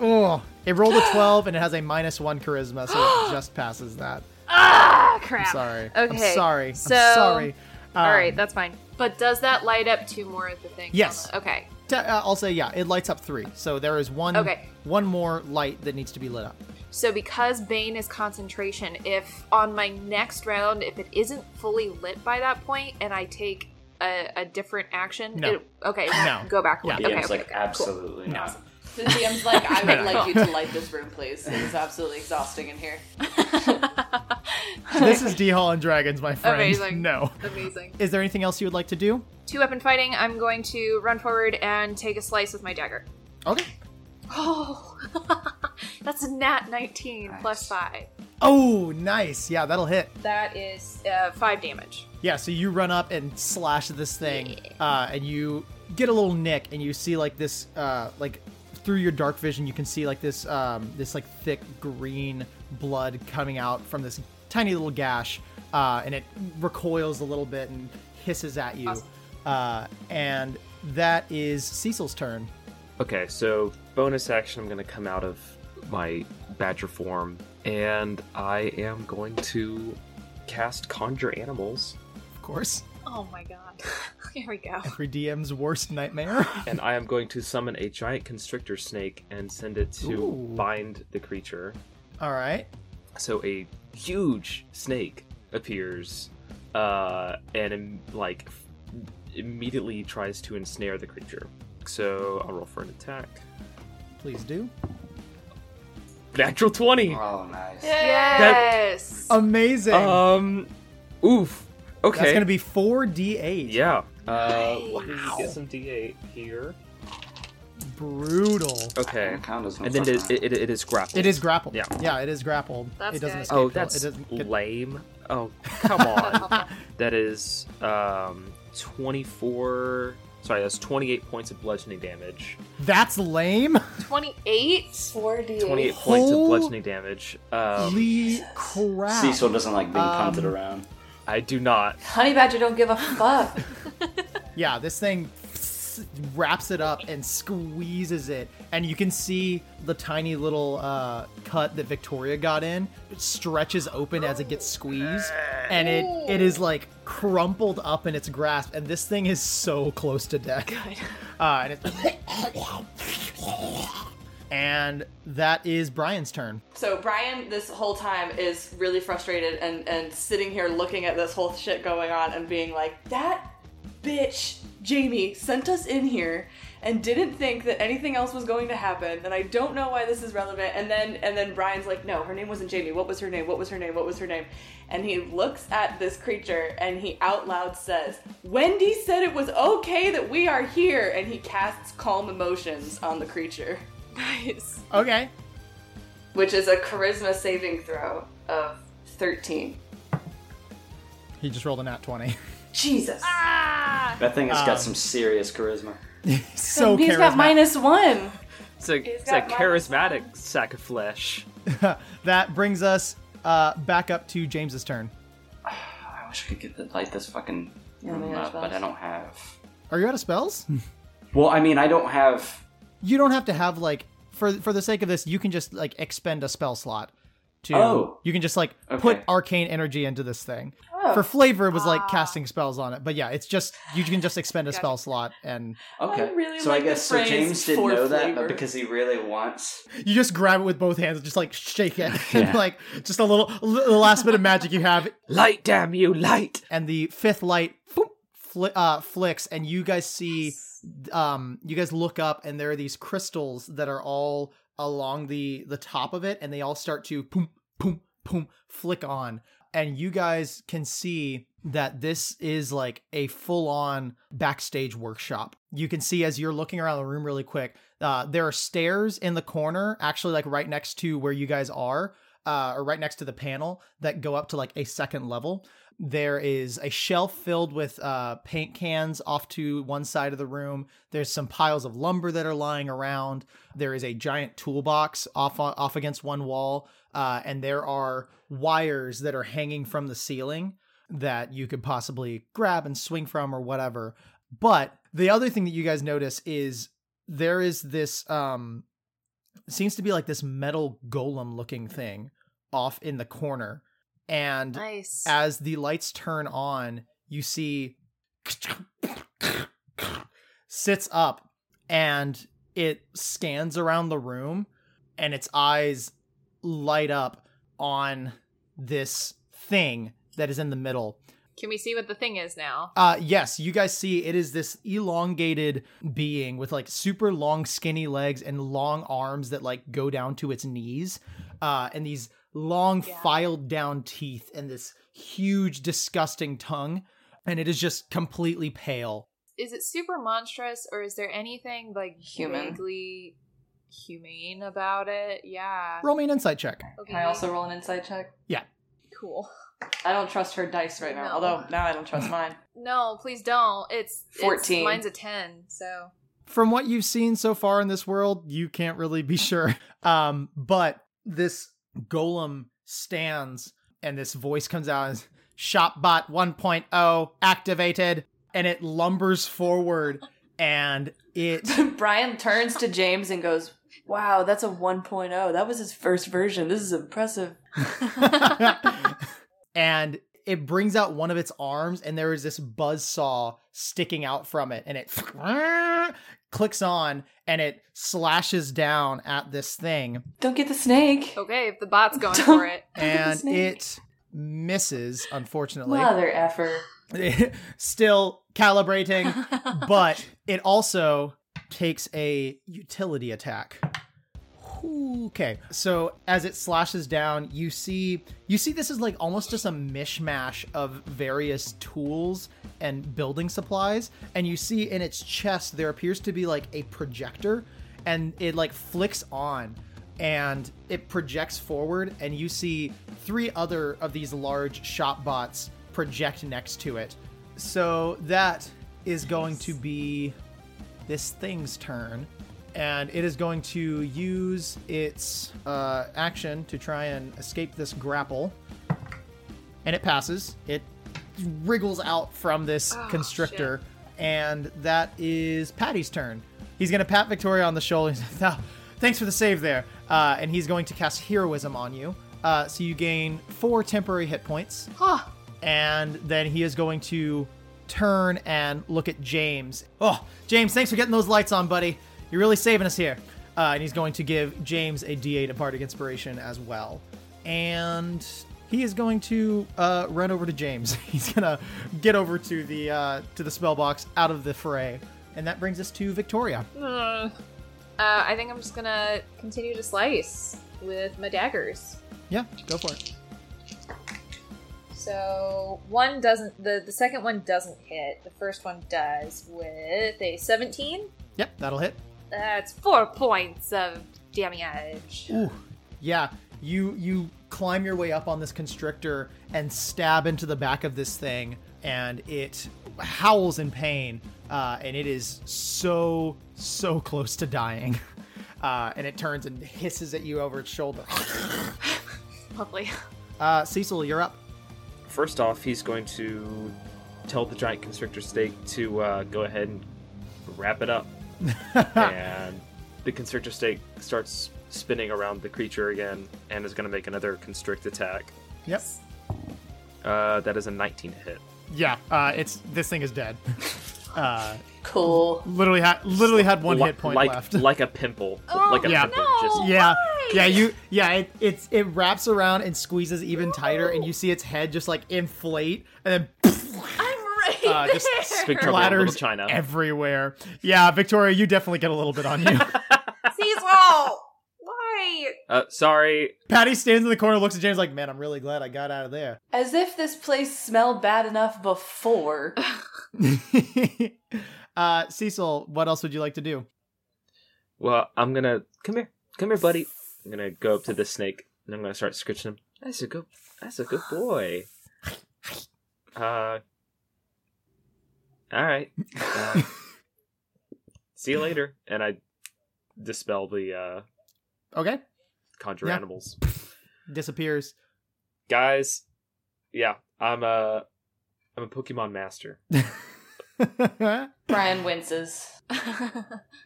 oh, it rolled a 12 and it has a minus one charisma, so it just passes that.
ah, crap.
I'm sorry. I'm
Okay.
sorry. I'm
so-
sorry.
All
Um,
right, that's fine. But does that light up two more of the things? on
Yes.
the- Okay.
te- uh, I'll say, yeah, it lights up three. So there is one,
Okay.
one more light that needs to be lit up.
So because Bane is concentration, if on my next round, if it isn't fully lit by that point, and I take a, a different action,
No.
it, okay,
No.
go back
Yeah.
one.
DM's
Okay, okay,
like,
okay, cool.
absolutely not.
The DM's like, I would
No.
like you to light this room, please. It is absolutely exhausting in here.
This is D Hall and Dragons, my friend.
Amazing.
No.
Amazing.
Is there anything else you would like to do?
Two weapon fighting. I'm going to run forward and take a slice with my dagger.
Okay.
Oh, that's a nat 19 plus five.
Oh, nice. Yeah, that'll hit.
That is uh, five damage.
Yeah, so you run up and slash this thing, uh, and you get a little nick, and you see like this, uh, like through your dark vision, you can see like this, um, this like thick green blood coming out from this tiny little gash, uh, and it recoils a little bit and hisses at you,
Awesome.
uh, and that is Cecil's turn.
Okay, so bonus action, I'm going to come out of my badger form, and I am going to cast Conjure Animals,
Of course,
Oh my god. Here we go.
every DM's worst nightmare.
and I am going to summon a giant constrictor snake and send it to
Ooh.
bind the creature.
All right,
So a huge snake appears, uh, and im- like f- immediately tries to ensnare the creature. So I'll roll for an attack.
please do.
Natural twenty.
Oh, nice.
Yes.
Amazing.
Um, oof. Okay.
That's gonna be four d8.
Yeah. Uh, let me get some d8 here.
Brutal.
Okay.
Count as
And then it, it, it, it is grappled.
It is grappled.
Yeah.
yeah, it is grappled.
That's
it doesn't
good.
escape.
Oh,
though. it
that's
doesn't get-
lame. Oh, come on. that is um 24. Sorry, that's 28 points of bludgeoning damage.
that's lame.
28?
28
4D.
Oh.
points of
Holy-
bludgeoning damage. Um,
Holy crap!
Cecil doesn't like being
Um,
punted around.
I do not.
Honey Badger don't give a fuck.
Yeah, this thing wraps it up and squeezes it, and you can see the tiny little uh, cut that Victoria got in. It stretches open as it gets squeezed, and it it is like crumpled up in its grasp. And this thing is so close to death. Uh, and, it's- and that is Brian's turn.
So Brian, this whole time is really frustrated and and sitting here looking at this whole shit going on and being like, that bitch Jamie sent us in here and didn't think that anything else was going to happen. And I don't know why this is relevant. And then and then Brian's like, no, her name wasn't Jamie. What was her name? What was her name? What was her name? And he looks at this creature and he out loud says, Wendy said it was okay that we are here. And he casts calm emotions on the creature
Nice.
Okay.
which is a charisma saving throw of 13.
He just rolled a nat 20.
Jesus.
That thing has
um,
got some serious charisma.
so
He's got
charismatic.
minus one.
It's a, it's a
got minus
charismatic sack of flesh.
That brings us uh, back up to James's turn.
I wish I could get the, light this fucking room
man,
up, but
that's-
I don't have.
Are you out of spells?
Hmm. Well, I mean, I don't have.
you don't have to have like for for the sake of this, you can just like expend a spell slot. To,
Oh.
you can just like
Okay. Oh.
put arcane energy into this thing. For flavor, it was like
Ah.
casting spells on it, but yeah, it's just you can just expend a spell slot, and
Okay,
I really
so
like
I
the
guess so.
phrase
James didn't
"for
know that,
flavor."
but because he really wants,
you just grab it with both hands, and just like shake it,
Yeah.
like just a little the last bit of magic you have,
Light, damn you, light!
and the fifth light boop, fli- uh, flicks, and you guys see, um, you guys look up, and there are these crystals that are all along the the top of it, and they all start to boom, boom, boom, flick on, and you guys can see that this is like a full on backstage workshop. You can see as you're looking around the room really quick, uh, there are stairs in the corner, actually like right next to where you guys are. uh, or right next to the panel that go up to like a second level. There is a shelf filled with uh, paint cans off to one side of the room. There's some piles of lumber that are lying around. There is a giant toolbox off off against one wall, uh, and there are wires that are hanging from the ceiling that you could possibly grab and swing from or whatever. But the other thing that you guys notice is there is this um seems to be like this metal golem looking thing off in the corner and
Nice.
as the lights turn on, you see sits up and it scans around the room and its eyes light up on this thing that is in the middle.
Can we see what the thing is now?
Uh yes, you guys see it is this elongated being with like super long skinny legs and long arms that like go down to its knees. Uh and these long
Yeah.
filed down teeth and this huge disgusting tongue and it is just completely pale.
Is it super monstrous, or is there anything like
Human.
vaguely humane about it? Yeah.
Roll me an insight check.
Okay.
Can I also roll an inside check?
cool.
I don't trust her dice right now.
No.
Although now I don't trust mine.
No, please don't. It's it's-
14.
mine's a ten. So
From what you've seen so far in this world, you can't really be sure. Um but this golem stands and this voice comes out as Shopbot 1.0 activated and it lumbers forward and it
Brian turns to James and goes, "Wow, that's a 1.0. That was his first version. This is impressive."
and it brings out one of its arms and there is this buzz saw sticking out from it and it clicks on and it slashes down at this thing
Don't get the snake.
okay, if the bot's going
Don't-
for it,
and
Snake.
it misses unfortunately
Mother effer.
still calibrating but it also takes a utility attack. Okay, so as it slashes down, you see you see this is like almost just a mishmash of various tools and building supplies, and you see in its chest there appears to be like a projector, and it like flicks on, and it projects forward, and you see three other of these large shop bots project next to it. So that is going to be this thing's turn, and it is going to use its uh, action to try and escape this grapple. And it passes. It wriggles out from this constrictor, and that is Patty's turn. He's going to pat Victoria on the shoulder. He's like, "Oh, Thanks for the save there. Uh, and he's going to cast heroism on you. Uh, so you gain four temporary hit points
Huh.
and then he is going to turn and look at James. Oh, James, thanks for getting those lights on, buddy. You're really saving us here. Uh, and he's going to give James a D8 of Bardic Inspiration as well. And he is going to uh, run over to James. He's gonna get over to the uh, to the spell box out of the fray, and that brings us to Victoria.
uh, I think I'm just gonna continue to slice with my daggers.
Yeah, go for it.
So one doesn't the the second one doesn't hit. The first one does with a 17.
Yep, that'll hit.
That's four points of damage.
Ooh, yeah. You you climb your way up on this constrictor and stab into the back of this thing, and it howls in pain, uh, and it is so so close to dying. Uh, and it turns and hisses at you over its shoulder.
Lovely.
Uh, Cecil, you're up.
First off, he's going to tell the giant constrictor snake to uh, go ahead and wrap it up. and the constrictor snake starts spinning around the creature again and is going to make another constrict attack.
Yep.
Uh, that is a 19 to hit.
Yeah. Uh, it's this thing is dead. Uh,
Cool.
literally had literally had one
Li-
hit point
like,
left.
Like a pimple.
Oh,
like a
Yeah.
pimple.
no.
Just
Yeah,
Why?
yeah, you, yeah. It, it's it wraps around and squeezes even tighter, and you see its head just like inflate and then
I'm right
Uh, just
there.
speak to her.
splatters
Little China.
everywhere. Yeah, Victoria, you definitely get a little bit on you.
Cecil! Why?
Uh, sorry.
Patty stands in the corner, looks at James like, "Man, I'm really glad I got out of there."
As if this place smelled bad enough before.
uh, Cecil, what else would you like to do?
Well, I'm going to. Come here. Come here, buddy. I'm going to go up to the snake. and I'm gonna start scritching him. That's a good. That's a good boy. Uh. All right. Uh, see you later. And I dispel the uh,
Okay.
conjure
Yeah.
animals,
Disappears.
guys. Yeah, I'm a I'm a Pokemon master.
Brian winces.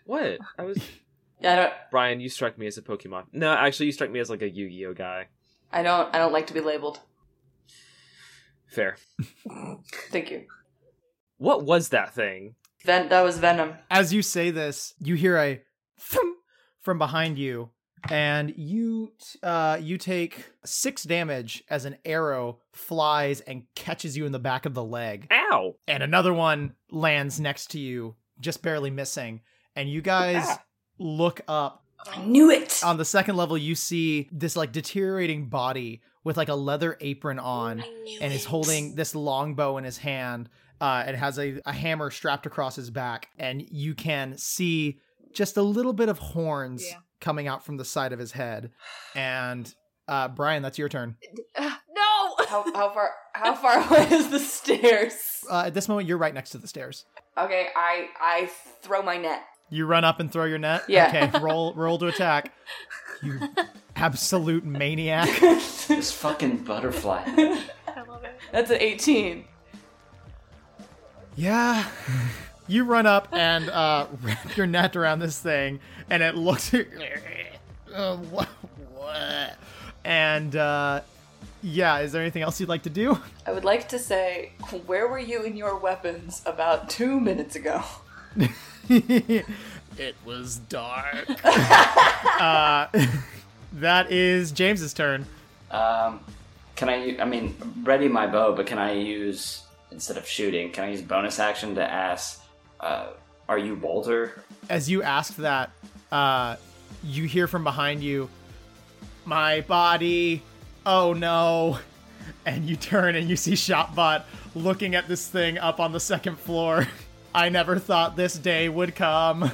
What? I was
I don't.
Brian. You strike me as a Pokemon. No, actually, you strike me as like a Yu-Gi-Oh guy.
I don't. I don't like to be labeled.
Fair.
Thank you.
What was that thing?
Ven- that was Venom.
As you say this, you hear a thump from behind you, and you t- uh, you take six damage as an arrow flies and catches you in the back of the leg,
Ow!
and another one lands next to you, just barely missing. And you guys
Ah.
look up
I knew it.
Um,
on the second level. You see this like deteriorating body with like a leather apron on,
knew
and is
it.
holding this longbow in his hand uh, and has a, a hammer strapped across his back. And you can see just a little bit of horns
Yeah.
coming out from the side of his head. And uh, Brian, that's your turn.
Ah, no.
How, how far? How far away is the stairs?
Uh, at this moment, you're right next to the stairs.
Okay, I I throw my net.
You run up and throw your net.
Yeah.
Okay, roll roll to attack. You absolute maniac.
This fucking butterfly.
I love it.
That's an eighteen.
Yeah. You run up and uh, wrap your net around this thing, and it looks. uh, what, what? And uh, yeah, is there anything else you'd like to do?
I would like to say, where were you in your weapons about two minutes ago?
it was dark. uh, that is James's turn.
Um, can I? u- I mean, ready my bow, but can I use instead of shooting? Can I use bonus action to ask? Uh, are you Walter?
As you ask that, uh, you hear from behind you, "My body, oh no!" And you turn and you see Shopbot looking at this thing up on the second floor. I never thought this day would come.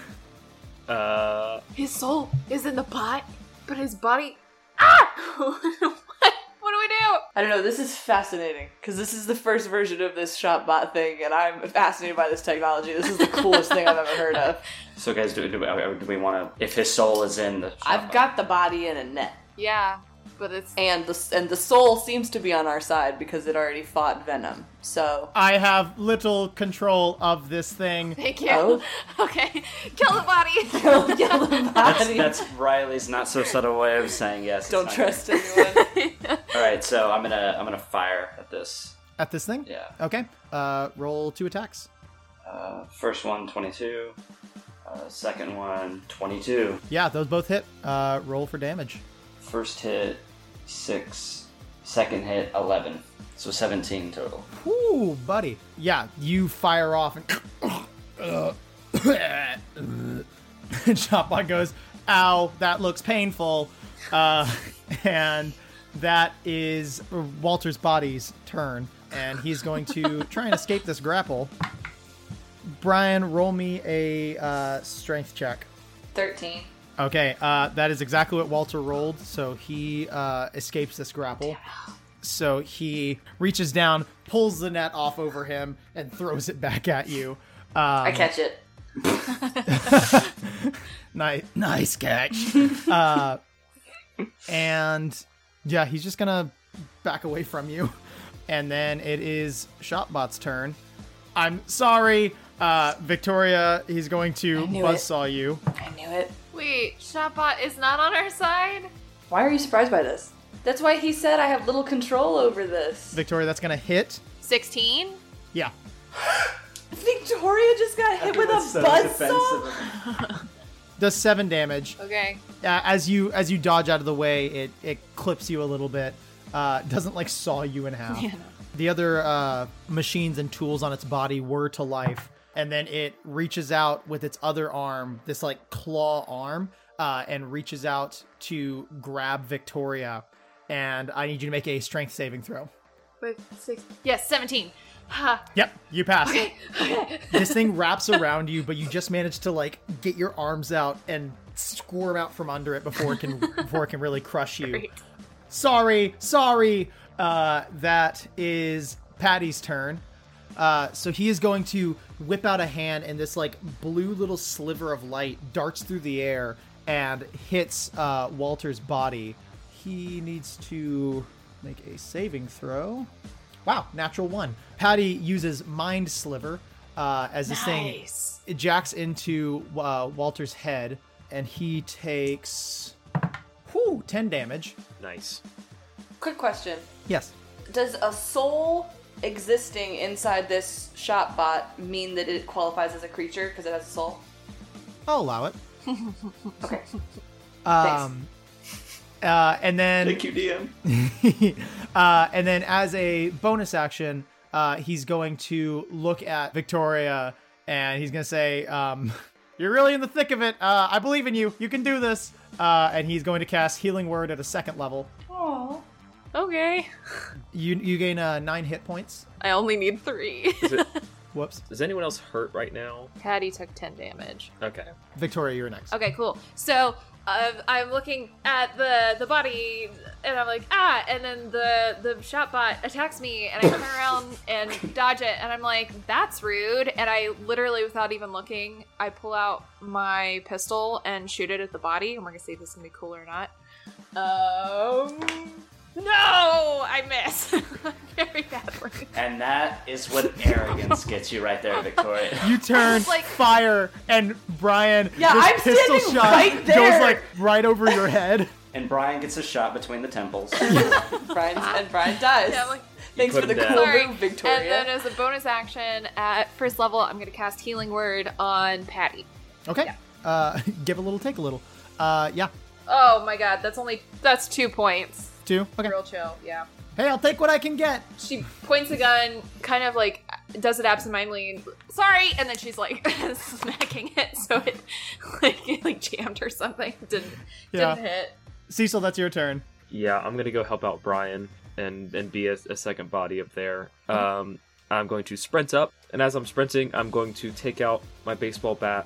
Uh,
His soul is in the pot, but his body. Ah! what, what do we do?
I don't know. This is fascinating because this is the first version of this Shopbot thing, and I'm fascinated by this technology. This is the coolest thing I've ever heard of.
So, guys, do, do, we- do we want to? If his soul is in the,
I've got the body in a net,
Yeah, but it's.
and the and the soul seems to be on our side because it already fought Venom. So
I have little control of this thing.
Thank you.
Oh.
Okay, kill the body.
kill the
uh, That's,
body.
that's Riley's not so subtle way of saying yes. it's
don't
not
trust anyone.
good. All right, so I'm gonna I'm gonna fire at this.
At this thing?
Yeah.
Okay. Uh, roll two attacks.
Uh, first one 22. Uh, second one 22.
Yeah, those both hit. Uh, roll for damage.
First hit six. Second hit 11. So 17 total.
Ooh, buddy. Yeah, you fire off and. and Shopbot goes, ow, that looks painful. Uh, and that is Walter's body's turn. And he's going to try and escape this grapple. Brian, roll me a uh, strength check.
Thirteen.
Okay, uh, that is exactly what Walter rolled. So he uh, escapes this grapple. So he reaches down, pulls the net off over him, and throws it back at you. Uh,
I catch it.
Nice, nice catch. uh, and yeah, he's just gonna back away from you. And then it is Shopbot's turn. I'm sorry, uh, Victoria. He's going to
I knew it.
buzzsaw you.
I knew it.
Wait, Shopbot is not on our side.
Why are you surprised by this? That's why he said I have little control over this.
Victoria, that's gonna hit.
Sixteen.
Yeah,
Victoria just got hit with a buzzsaw.
does seven damage.
Okay.
uh, as you as you dodge out of the way, it it clips you a little bit. Uh, doesn't like saw you in half. The other uh, machines and tools on its body were to life, and then it reaches out with its other arm, this like claw arm, uh, and reaches out to grab Victoria. And I need you to make a strength saving throw.
Wait, six. Yes, seventeen. Ha.
Yep, you pass.
Okay. Okay.
this thing wraps around you, but you just manage to like get your arms out and squirm out from under it before it can before it can really crush you.
Great.
sorry, sorry. Uh, that is Patty's turn. Uh, so he is going to whip out a hand, and this like blue little sliver of light darts through the air and hits uh, Walter's body. He needs to make a saving throw. Wow, natural one. Patty uses mind sliver uh, as this thing
Nice.
it jacks into uh, Walter's head, and he takes whew, 10 damage.
Nice.
Quick question:
Yes.
Does a soul existing inside this shop bot mean that it qualifies as a creature because it has a soul?
I'll allow it.
Okay.
Um, uh, and then,
you, DM.
uh, and then as a bonus action, uh, he's going to look at Victoria and he's going to say, um, "You're really in the thick of it. Uh, I believe in you. You can do this." Uh, and he's going to cast Healing Word at a second level.
Oh.
Okay.
You you gain uh, nine hit points.
I only need three.
Is, it,
Whoops,
is anyone else hurt right now?
Patty took 10 damage.
Okay.
Victoria, you're next.
Okay, cool. So um, I'm looking at the the body, and I'm like, ah, and then the the shot bot attacks me, and I turn around and dodge it, and I'm like, that's rude. And I literally, without even looking, I pull out my pistol and shoot it at the body. And we're gonna see if this is gonna be cool or not. Um. No, I miss. Very badly.
And that is what arrogance gets you right there, Victoria.
You turn,
like-
fire, and Brian.
Yeah,
this
I'm
pistol
standing
shot
right
goes
there.
like right over your head.
And Brian gets a shot between the temples.
Brian and Brian dies.
Yeah, I'm like,
Thanks
You
for
put
the
him down.
cool
Sorry.
move, Victoria.
And then as a bonus action at first level, I'm gonna cast Healing Word on Patty.
Okay. Uh, give a little, take a little. Uh, yeah.
Oh my god, that's only that's two points.
Two. Okay.
Real chill, yeah.
Hey, I'll take what I can get.
She points a gun, kind of like does it absentmindedly. and, Sorry, and then she's like smacking it, so it like it, like jammed or something. Didn't
Yeah.
didn't hit.
Cecil, that's your turn.
Yeah, I'm gonna go help out Brian and and be a, a second body up there. Um, I'm going to sprint up, and as I'm sprinting, I'm going to take out my baseball bat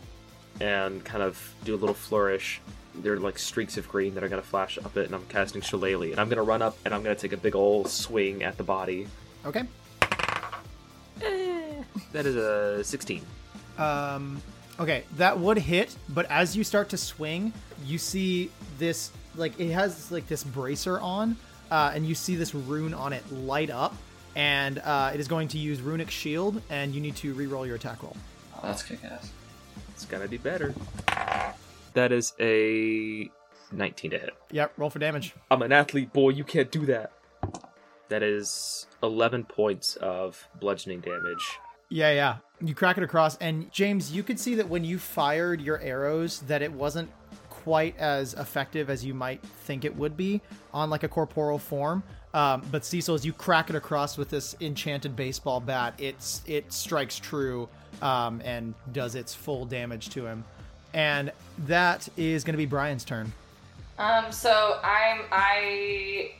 and kind of do a little flourish. There are like streaks of green that are gonna flash up it, and I'm casting Shillelagh, and I'm gonna run up and I'm gonna take a big ol' swing at the body.
Okay.
That is a 16.
Um, okay, that would hit, but as you start to swing, you see this like it has like this bracer on, uh, and you see this rune on it light up, and uh, it is going to use runic shield, and you need to re-roll your attack roll.
Oh, that's kick ass.
It's gotta be better. That is a 19 to hit.
Yep, roll for damage.
I'm an athlete, boy. You can't do that. That is 11 points of bludgeoning damage.
Yeah, yeah. You crack it across, and James, you could see that when you fired your arrows, that it wasn't quite as effective as you might think it would be on like a corporeal form. Um, but Cecil, as you crack it across with this enchanted baseball bat, it's it strikes true um, and does its full damage to him. And that is going to be Brian's turn.
Um, so I'm I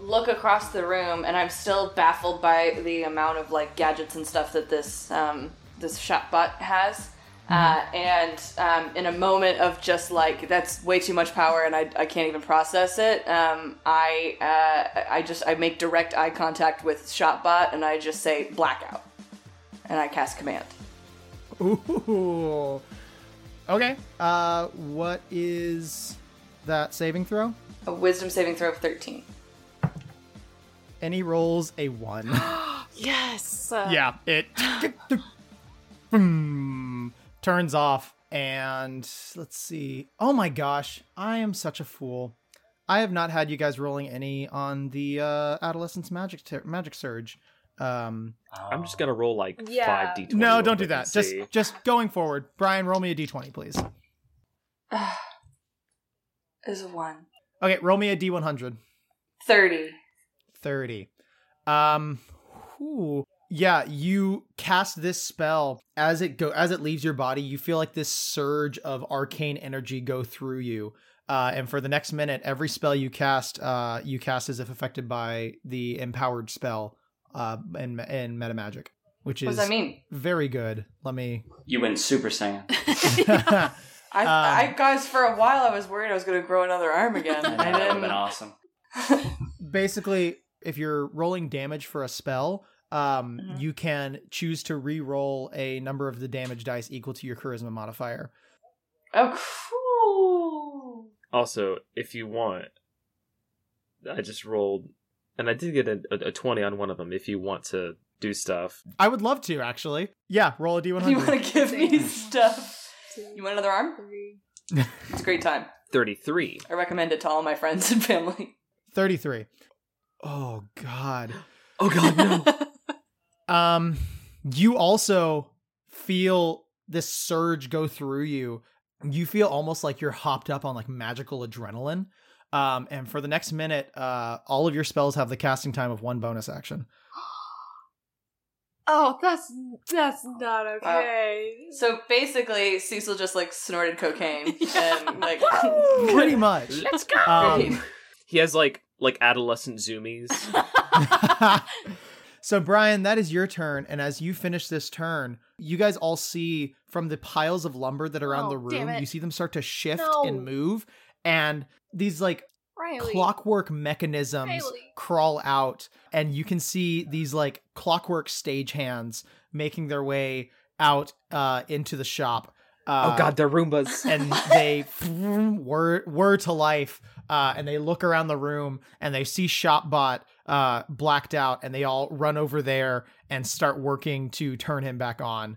look across the room and I'm still baffled by the amount of like gadgets and stuff that this um, this shop bot has. Uh, and um, in a moment of just like that's way too much power and I, I can't even process it. Um, I uh, I just I make direct eye contact with Shopbot and I just say blackout, and I cast command.
Ooh. Okay. Uh, what is that saving throw?
A wisdom saving throw of thirteen.
And he rolls a one.
Yes. Uh,
yeah, it boom, turns off. And let's see. Oh my gosh, I am such a fool. I have not had you guys rolling any on the uh, adolescence magic ter- magic surge. Um,
Oh.
I'm just gonna roll like
Yeah.
five d20.
no,
real
don't do
quick and
that. Just
see.
just going forward, Brian, roll me a d20, please.
Is a one.
Okay, roll me a d100.
Thirty.
30. Um whew. yeah, you cast this spell as it go as it leaves your body, you feel like this surge of arcane energy go through you. Uh, and for the next minute, every spell you cast, uh, you cast as if affected by the empowered spell uh, in, in meta magic, which
What
is
does that mean?
very good. Let me.
You went Super Saiyan.
I, I guys, for a while I was worried I was going to grow another arm again.
I know,
I
that would have been
didn't.
awesome.
basically if you're rolling damage for a spell, um,
Mhm.
you can choose to re-roll a number of the damage dice equal to your charisma modifier.
Oh, cool.
Also, if you want, I just rolled, and I did get a, a, a 20 on one of them if you want to do stuff.
I would love to actually. Yeah, roll a
You want
d100.
to give me stuff?
Two,
You want another arm?
three.
It's a great time.
33.
I recommend it to all my friends and family.
33. Oh god.
Oh, God, no.
Um, you also feel this surge go through you. You feel almost like you're hopped up on like magical adrenaline. Um, and for the next minute, uh, all of your spells have the casting time of one bonus action.
oh, that's that's not okay.
So basically, Cecil just like snorted cocaine and like
Pretty much.
Let's go.
Um,
he has like like adolescent zoomies.
so Brian, that is your turn. And as you finish this turn, you guys all see from the piles of lumber that are around
Oh,
the
damn
room,
it.
you see them start to shift
No.
and move. And these like
Riley.
clockwork mechanisms
Really?
crawl out and you can see these like clockwork stagehands making their way out uh, into the shop uh,
oh God, they're Roombas.
and they were were to life uh, and they look around the room and they see shopbot uh, blacked out and they all run over there and start working to turn him back on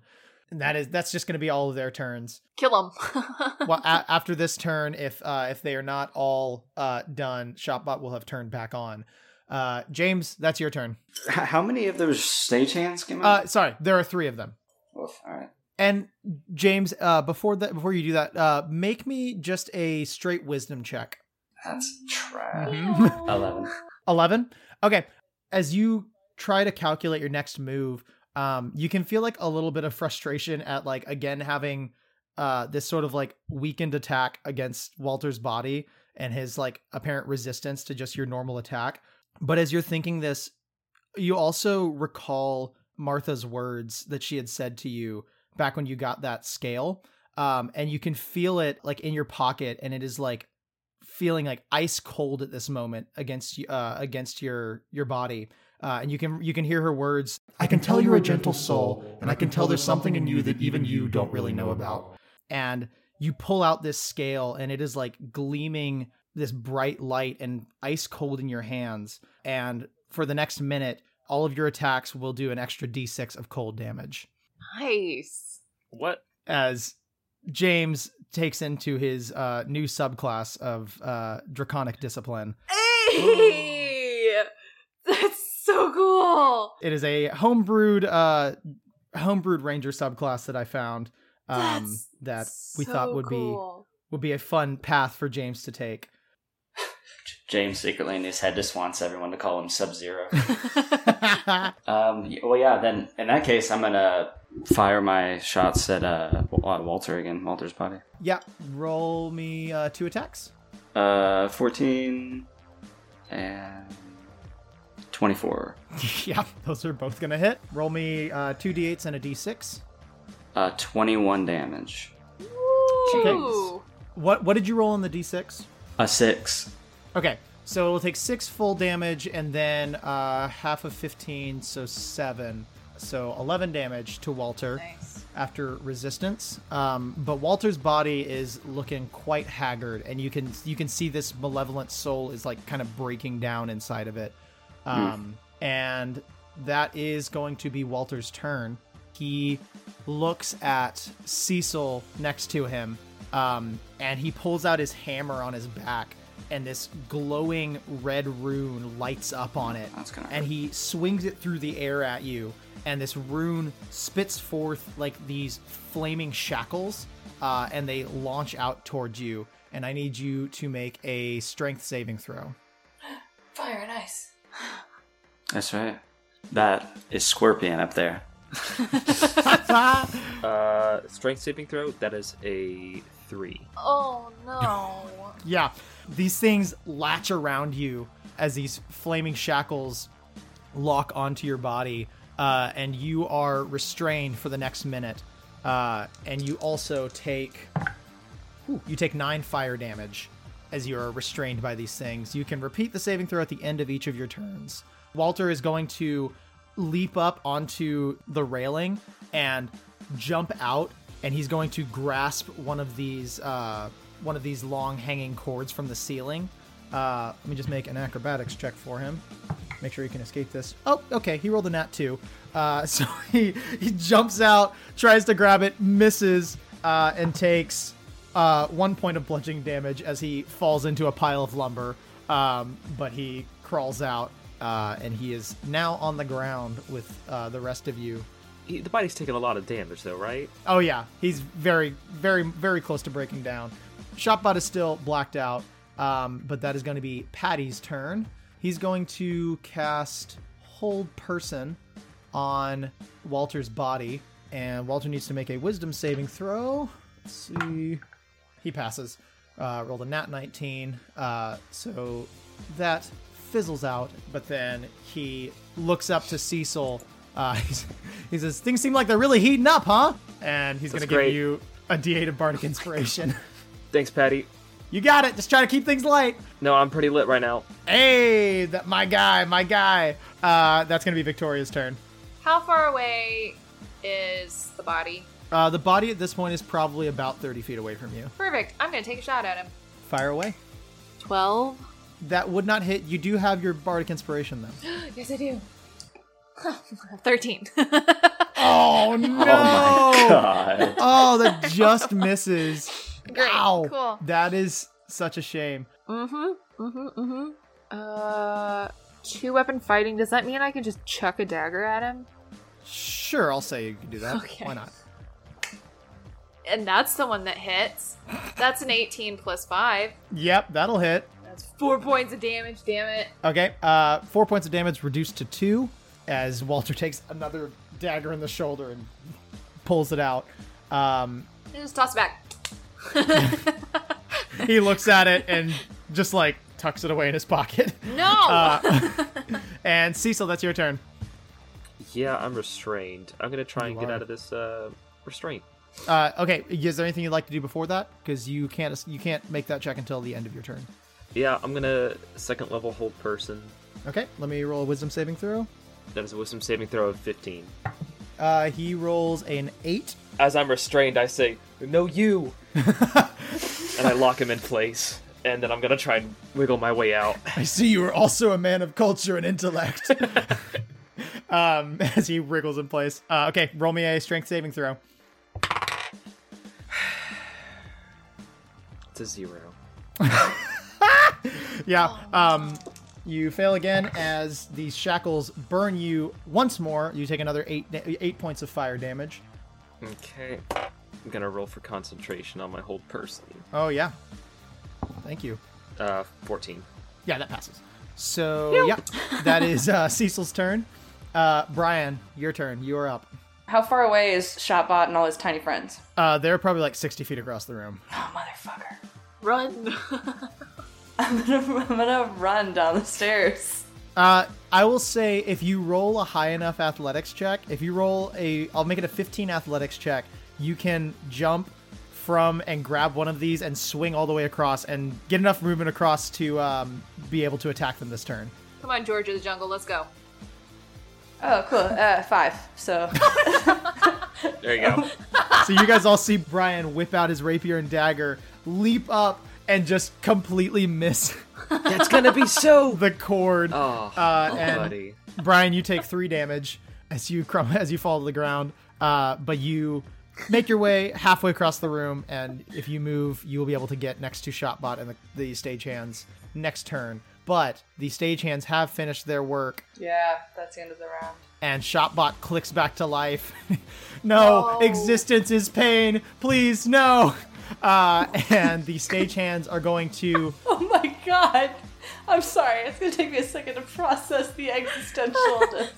and that is that's just going to be all of their turns
Kill him.
well, a- after this turn, if uh, if they are not all uh, done, Shopbot will have turned back on. Uh, James, that's your turn.
H- How many of those stagehands came out?
Uh, sorry, there are three of them.
Oof, all right.
And James, uh, before that, before you do that, uh, make me just a straight wisdom check.
That's trash.
Mm-hmm.
Mhm.
Eleven.
11 okay as you try to calculate your next move um you can feel like a little bit of frustration at like again having uh this sort of like weakened attack against walter's body and his like apparent resistance to just your normal attack but as you're thinking this you also recall martha's words that she had said to you back when you got that scale um and you can feel it like in your pocket and it is like feeling like ice cold at this moment against y- uh, against your your body. Uh, and you can you can hear her words. I can tell you're a gentle soul, and I can tell there's something in you that even you don't really know about. And you pull out this scale, and it is like gleaming this bright light and ice cold in your hands. And for the next minute, all of your attacks will do an extra d6 of cold damage
nice.
what?
as James takes into his uh, new subclass of uh, draconic discipline.
Hey, that's so cool.
It is a homebrewed uh, homebrewed ranger subclass that I found um,
That's
that we thought would be would be a fun path for James to take.
James secretly in his head just wants everyone to call him Sub Zero.
okay,
um. y- Well, yeah. Then in that case, I'm gonna fire my shots at uh Wa- Walter again. Walter's body.
yeah, roll me uh, two attacks.
Uh, fourteen and twenty-four.
yeah, those are both gonna hit. Roll me uh, two d8s and a d6.
Uh, twenty-one damage.
Ooh.
Jeez. What what did you roll on the d6?
A six.
Okay, so it'll take six full damage and then uh, half of 15, so seven. So 11 damage to Walter
Nice.
after resistance. Um, but Walter's body is looking quite haggard, and you can you can see this malevolent soul is like kind of breaking down inside of it. Um, And that is going to be Walter's turn. He looks at Cecil next to him, um, and he pulls out his hammer on his back, and this glowing red rune lights up on it
That's gonna.
and he swings it through the air at you and this rune spits forth like these flaming shackles uh, and they launch out towards you and i need you to make a strength saving throw
fire and ice.
That's right. That is Scorpion up there.
Uh, strength saving throw. That is a three.
Oh no.
yeah these things latch around you as these flaming shackles lock onto your body uh, and you are restrained for the next minute uh, and you also take whew, you take nine fire damage as you are restrained by these things. You can repeat the saving throw at the end of each of your turns. Walter is going to leap up onto the railing and jump out, and he's going to grasp one of these uh, one of these long hanging cords from the ceiling. Uh, let me just make an acrobatics check for him. Make sure he can escape this. Oh, okay. He rolled a nat too. Uh, so he he jumps out, tries to grab it, misses, uh, and takes uh, one point of bludgeoning damage as he falls into a pile of lumber. Um, but he crawls out, uh, and he is now on the ground with uh, the rest of you.
He, the body's taking a lot of damage, though, right?
Oh yeah, he's very, very, very close to breaking down. Shopbot is still blacked out, um, but that is going to be Patty's turn. He's going to cast Hold Person on Walter's body, and Walter needs to make a Wisdom saving throw. Let's see, he passes. Uh, rolled a nat 19, uh, so that fizzles out. But then he looks up to Cecil. Uh, he's, he says, "Things seem like they're really heating up, huh?" And he's going
That's
to
great.
give you a D8 of bardic inspiration.
Thanks, Patty.
you got it. Just try to keep things light.
No, I'm pretty lit right now.
Hey, that my guy, my guy. Uh, that's going to be Victoria's turn.
How far away is the body?
Uh, the body at this point is probably about 30 feet away from you.
Perfect. I'm gonna take a shot at him.
Fire away.
Twelve.
That would not hit. You do have your bardic inspiration though.
Yes, I do. Thirteen. Mm-hmm,
Oh no!
Oh my god.
Oh, that just misses.
Great.
Ow.
Cool.
That is such a shame.
Mm-hmm. Mm-hmm. Mm-hmm. Uh, two weapon fighting. Does that mean I can just chuck a dagger at him?
Sure, I'll say you can do that.
Okay.
Why not?
And that's the one that hits. That's an eighteen plus five.
Yep, that'll hit.
That's four points of damage. Damn it.
Okay, uh, four points of damage reduced to two as Walter takes another dagger in the shoulder and pulls it out. Um,
And just toss it back.
he looks at it and just like tucks it away in his pocket.
No.
Uh, and Cecil, that's your turn.
Yeah, I'm restrained. I'm gonna try and
You
get
are.
out of this uh, restraint.
Uh, okay, is there anything you'd like to do before that? Because you can't you can't make that check until the end of your turn.
Yeah, I'm gonna second level hold person.
Okay, let me roll a wisdom saving throw.
That is a wisdom saving throw of 15.
Uh, he rolls an eight.
As I'm restrained, I say, "No, you," and I lock him in place. And then I'm gonna try and wiggle my way out.
I see you are also a man of culture and intellect. um, as he wriggles in place. Uh, okay, roll me a strength saving throw.
It's a zero.
Yeah. Um, you fail again as these shackles burn you once more. You take another eight da- eight points of fire damage.
Okay, I'm gonna roll for concentration on my hold person.
Oh yeah. Thank you.
Uh, 14.
Yeah, that passes. So yeah, that is uh, Cecil's turn. Uh, Brian, your turn. You are up.
How far away is Shotbot and all his tiny friends?
Uh, they're probably like sixty feet across the room.
Oh, motherfucker.
Run.
I'm gonna, I'm gonna run down the stairs.
Uh, I will say if you roll a high enough athletics check, if you roll a, I'll make it a 15 athletics check, you can jump from and grab one of these and swing all the way across and get enough movement across to um, be able to attack them this turn.
Come on, George of the Jungle. Let's go.
Oh, cool. Uh, five. So
There you go.
So you guys all see Brian whip out his rapier and dagger, leap up, and just completely miss
That's gonna be so.
the cord.
Oh,
Uh, and-
buddy.
Brian, you take three damage as you crumb as you fall to the ground. Uh, but you make your way halfway across the room, and if you move, you will be able to get next to Shotbot and the, the stagehands next turn. But the stagehands have finished their work,
yeah, that's the end of the round.
and Shotbot clicks back to life. no,
No.
existence is pain. Please, no. Uh, and the stagehands are going to.
Oh my god. I'm sorry. It's gonna take me a second to process the existentialness.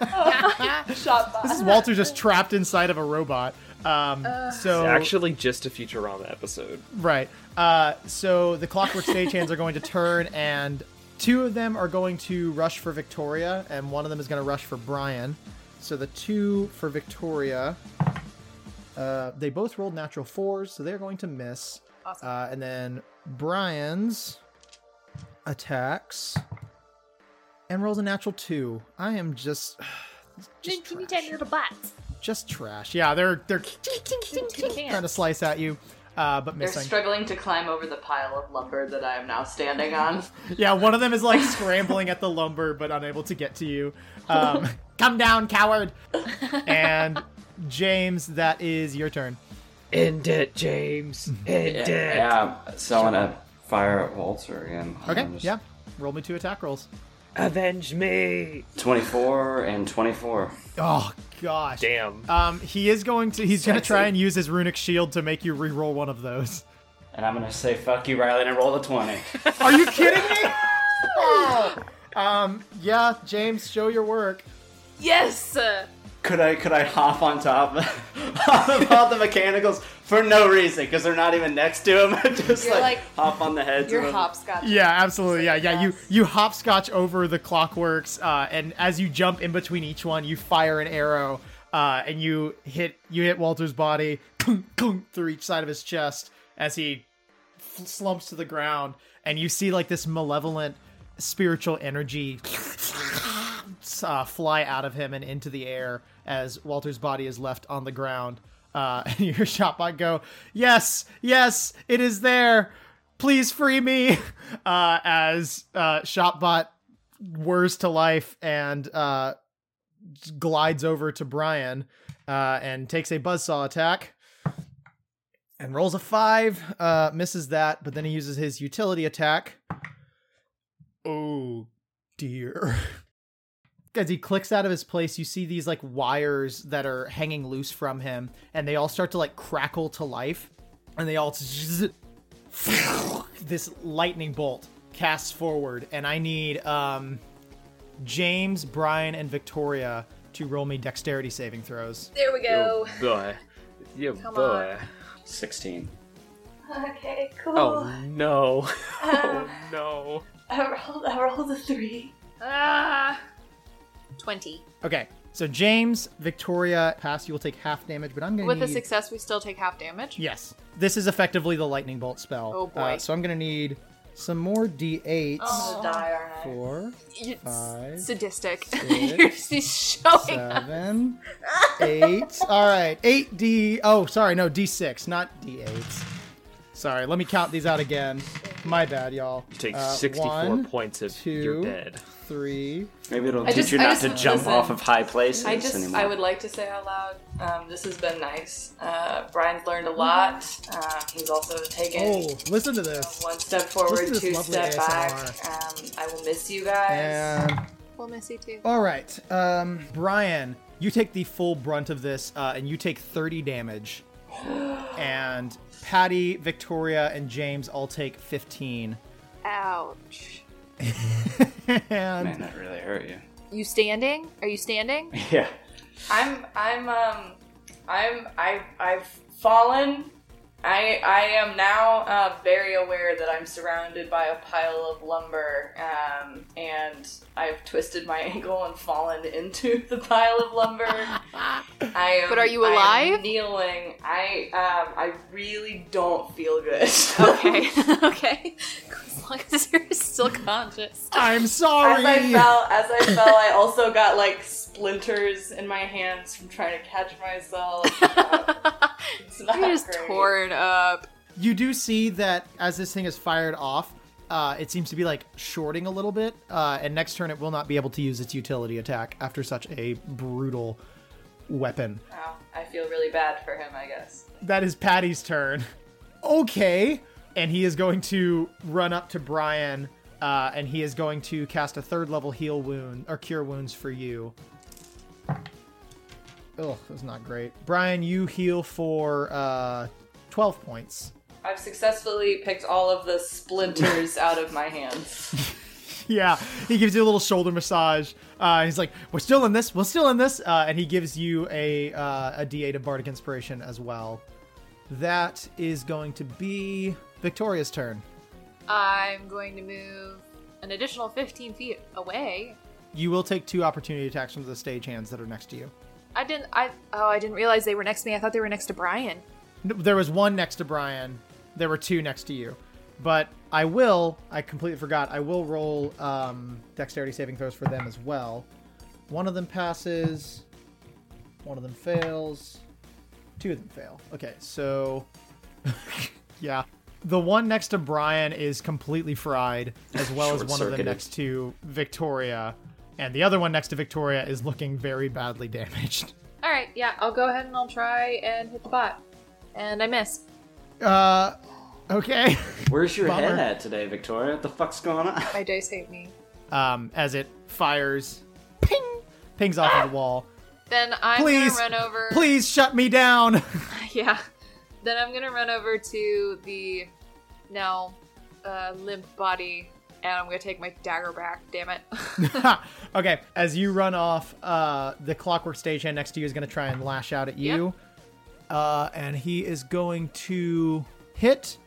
oh, Shotbot.
This is Walter just trapped inside of a robot. Um, so
Actually, just a Futurama episode.
Right. Uh, so the clockwork stagehands are going to turn, and two of them are going to rush for Victoria, and one of them is going to rush for Brian. So the two for Victoria, uh, they both rolled natural fours, so they're going to miss.
Awesome.
Uh, and then Brian's attacks and rolls a natural two. I am just just
Just teeny tiny
trash.
little bots.
Just trash. Yeah, they're they're trying to
Hands.
slice at you, uh, but
They're
missing.
struggling to climb over the pile of lumber that I am now standing on.
yeah, one of them is like scrambling at the lumber but unable to get to you. Um, come down, coward. And James, that is your turn.
End it, James. End it.
Yeah, yeah, so I want to fire at Walter again.
Okay,
I'm just-
yeah. Roll me two attack rolls.
Avenge me.
24 and 24.
Oh gosh.
Damn.
Um, he is going to. He's going to
Sexy.
try and use his runic shield to make you re-roll one of those.
And I'm going to say, fuck you, Riley, and I roll a 20.
Are you kidding me? um, yeah, James, show your work.
yes. Uh,
could I could I hop on top of all the mechanicals for no reason because they're not even next to him. just
You're
like,
like-
hop on the heads.
Your
of 'em.
hopscotch.
Yeah, absolutely. Yeah, yeah. You you hopscotch over the clockworks, uh, and as you jump in between each one, you fire an arrow, uh, and you hit you hit Walter's body kung, kung, through each side of his chest as he f- slumps to the ground, and you see like this malevolent spiritual energy uh, fly out of him and into the air as Walter's body is left on the ground. Uh, and you hear Shotbot go, "Yes, yes, it is there. Please free me!" Uh, as uh, Shotbot whirs to life and uh, glides over to Brian uh, and takes a buzzsaw attack and rolls a five, uh, misses that, but then he uses his utility attack. Oh dear. As he clicks out of his place, you see these like wires that are hanging loose from him, and they all start to like crackle to life, and they all zzz- this lightning bolt casts forward, and I need um James, Brian, and Victoria to roll me dexterity saving throws.
There we go.
Oh boy. Yeah,
Come
boy.
Sixteen.
Okay, cool. Um,
Oh no. oh no.
I rolled, I rolled a three.
ah. Twenty.
Okay, so James, Victoria, pass. You will take half damage, but I'm gonna
With a
need-
success, we still take half damage.
Yes. This is effectively the lightning bolt spell.
Oh, boy. Oh.
Uh, so I'm gonna need some more d8s.
I'm gonna die, aren't I?
Four,
It's
Five,
sadistic.
six,
You're she's showing up.
seven, eight. All right, eight d. Oh, sorry, no d6, not d8s. Sorry, let me count these out again. My bad, y'all.
You take
Uh,
64
one,
points of
two,
you're dead.
Three.
Maybe it'll
I
teach
just-
you
I
not
just-
to jump
listen.
off of high places
I just,
anymore.
I would like to say out loud, um, this has been nice. Uh, Brian's learned a lot. Um, he's also taken
Oh, listen to this.
one step forward,
Listen to this
two
lovely
step back. Um, I will miss you guys.
And
We'll miss you too.
All right, um, Brian, you take the full brunt of this, uh, and you take thirty damage. and Patty, Victoria, and James all take fifteen.
Ouch.
and
Man, that really hurt you.
You standing? Are you standing?
Yeah.
I'm, I'm, um, I'm, I, I've fallen. I, I am now uh, very aware that I'm surrounded by a pile of lumber, um, and I've twisted my ankle and fallen into the pile of lumber. I am,
But are you
I am
alive?
kneeling. I, um, I really don't feel good.
Okay. okay. As long as you're still conscious.
I'm sorry.
As I fell, as I fell, I also got like splinters in my hands from trying to catch myself. It's not
You're just
great.
torn up.
You do see that as this thing is fired off, uh, it seems to be like shorting a little bit, uh, and next turn it will not be able to use its utility attack after such a brutal weapon.
Wow, I feel really bad for him. I guess.
That is Patty's turn. Okay. And he is going to run up to Brian, uh, and he is going to cast a third level heal wound or cure wounds for you. Oh, that's not great. Brian, you heal for uh, 12 points.
I've successfully picked all of the splinters out of my hands.
Yeah, he gives you a little shoulder massage. Uh, he's like, "We're still in this. We're still in this," uh, and he gives you a uh, a D8 of bardic inspiration as well. That is going to be Victoria's turn.
I'm going to move an additional 15 feet away.
You will take two opportunity attacks from the stagehands that are next to you.
I didn't. I oh, I didn't realize they were next to me. I thought they were next to Brian.
N- There was one next to Brian, There were two next to you. But I will, I completely forgot, I will roll um, dexterity saving throws for them as well. One of them passes, one of them fails, two of them fail. Okay, so. yeah. The one next to Brian is completely fried, as well as one of them
Short-circuited.
next to Victoria. And the other one next to Victoria is looking very badly damaged.
All right, yeah, I'll go ahead and I'll try and hit the bot, and I miss.
Uh, okay.
Where's your
Bummer.
head at today, Victoria? What the fuck's going on?
My dice hate me.
um, as it fires, ping, pings off of the wall.
Then I'm
Please,
gonna run over.
Please shut me down.
Yeah. Then I'm gonna run over to the now uh, limp body, and I'm gonna take my dagger back. Damn it.
okay, as you run off, uh, the clockwork stagehand next to you is going to try and lash out at you, uh, and he is going to hit.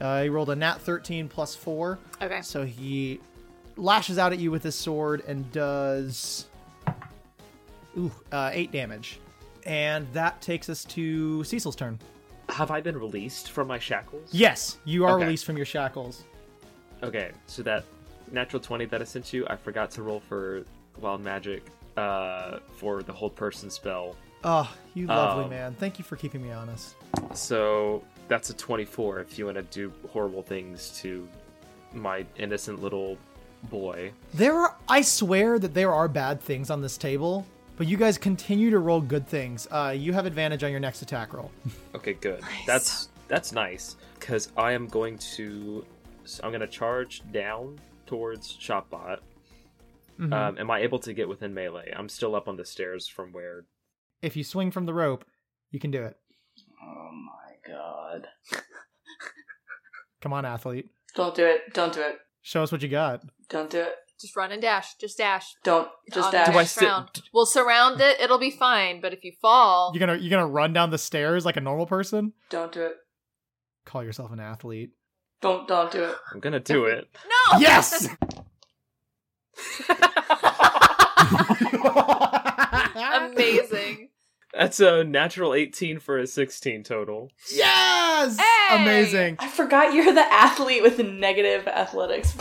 Uh, he rolled a nat 13 plus four,
okay.
so he lashes out at you with his sword and does ooh uh, eight damage, and that takes us to Cecil's turn.
Have I been released from my shackles?
Yes, you are
Okay.
released from your shackles.
Okay, so that natural 20 that I sent you, I forgot to roll for wild magic uh, for the whole person spell.
Oh, you lovely
Um,
man. Thank you for keeping me honest.
So that's a 24 if you want to do horrible things to my innocent little boy.
There are I swear that there are bad things on this table, but you guys continue to roll good things. Uh, you have advantage on your next attack roll.
Okay, good. That's that's nice cuz I am going to so I'm going to charge down towards Shopbot.
Mm-hmm.
Mm-hmm.
Um, am I able to get within melee? I'm still up on the stairs from where
If you swing from the rope, you can do it.
Oh my god.
Come on, athlete.
Don't do it. Don't do it.
Show us what you got.
Don't do it.
Just run and dash. Just dash.
Don't. Just
On
dash.
The
Do I
next
sit-
round. We'll surround it. It'll be fine. But if you fall,
You're gonna you're gonna run down the stairs like a normal person.
Don't do it.
Call yourself an athlete.
Don't. Don't do it.
I'm going to do it.
no.
Yes.
Amazing.
That's a natural 18 for a 16 total.
Yes.
Hey!
Amazing.
I forgot you're the athlete with negative athletics.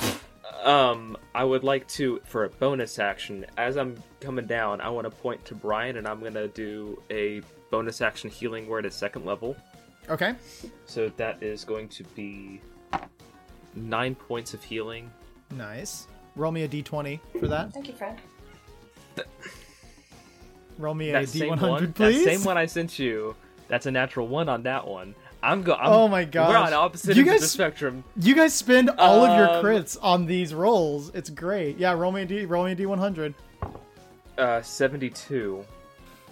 Um, I would like to, for a bonus action, as I'm coming down, I want to point to Brian and I'm going to do a bonus action healing word at second level.
Okay.
So that is going to be nine points of healing.
Nice. Roll me a d20 for that.
Thank you, friend.
Roll me a
that same one,
d100, please.
that same one I sent you. That's a natural one on that one. I'm go. I'm,
Oh my gosh.
We're on opposite
You
ends of the
guys-
spectrum.
You guys spend all of your
Um,
crits on these rolls. It's great. Yeah, roll me a D roll me a D one hundred.
Uh, 72.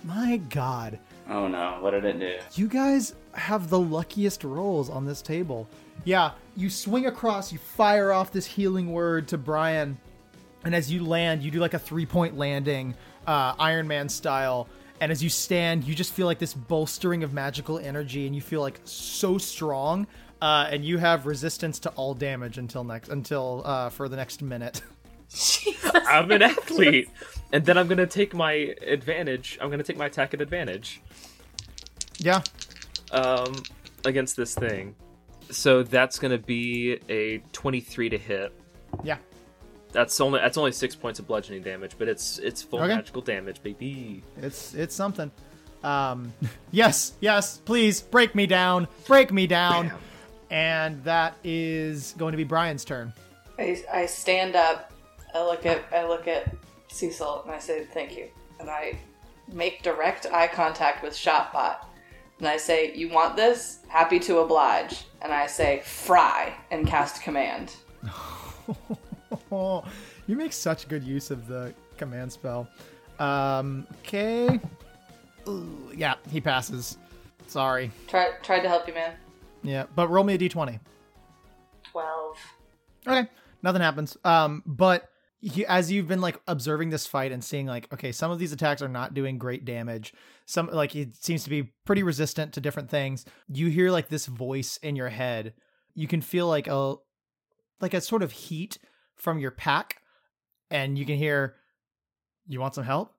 My god.
Oh no, what did it do?
You guys have the luckiest rolls on this table. Yeah, you swing across, you fire off this healing word to Brian, and as you land, you do like a three point landing, uh, Iron Man style. And as you stand, you just feel like this bolstering of magical energy, and you feel like so strong. Uh, and you have resistance to all damage until next until uh, for the next minute.
I'm an athlete. And then I'm going to take my advantage. I'm going to take my attack at advantage.
yeah,
um, against this thing. So that's gonna be a twenty-three to hit.
yeah.
That's only that's only six points of bludgeoning damage, but it's it's full
Okay.
magical damage, baby.
It's it's something. Um, yes, yes, please break me down, break me down,
Bam.
and that is going to be Brian's turn.
I, I stand up. I look at. I look at Cecil and I say thank you. And I make direct eye contact with Shopbot. And I say, "You want this? Happy to oblige." And I say, "Fry!" and cast command.
Oh, you make such good use of the command spell. Um, okay. Ooh, yeah, he passes. Sorry.
Try, tried to help you, man.
Yeah, but roll me a d20.
Twelve.
Okay, nothing happens. Um, but you, as you've been like observing this fight and seeing like, okay, some of these attacks are not doing great damage. Some like it seems to be pretty resistant to different things. You hear like this voice in your head. You can feel like a like a sort of heat from your pack, and you can hear, "You want some help?"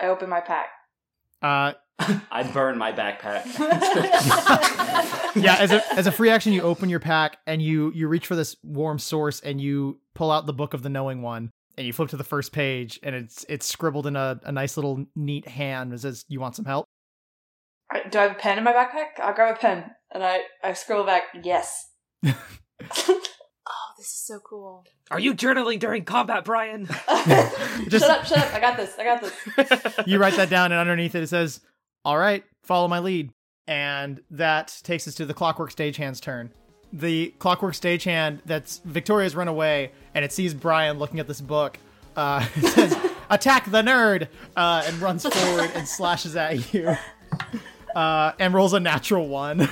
I open my pack.
Uh,
I'd burn my backpack.
yeah, as a as a free action, you open your pack and you you reach for this warm source and you pull out the book of the knowing one and you flip to the first page and it's it's scribbled in a, a nice little neat hand. It says, "You want some help?"
Alright, Do I have a pen in my backpack? I'll grab a pen and I, I scroll back. Yes.
Oh, this is so cool.
Are you journaling during combat, Brian?
Just-
shut up, shut up. I got this. I got this.
You write that down and underneath it it says, "All right, follow my lead." And that takes us to the clockwork stagehand's turn. The clockwork stagehand that's Victoria's run away and it sees Brian looking at this book. Uh, it says, "Attack the nerd!" Uh, and runs forward and slashes at you. Uh, and rolls a natural one.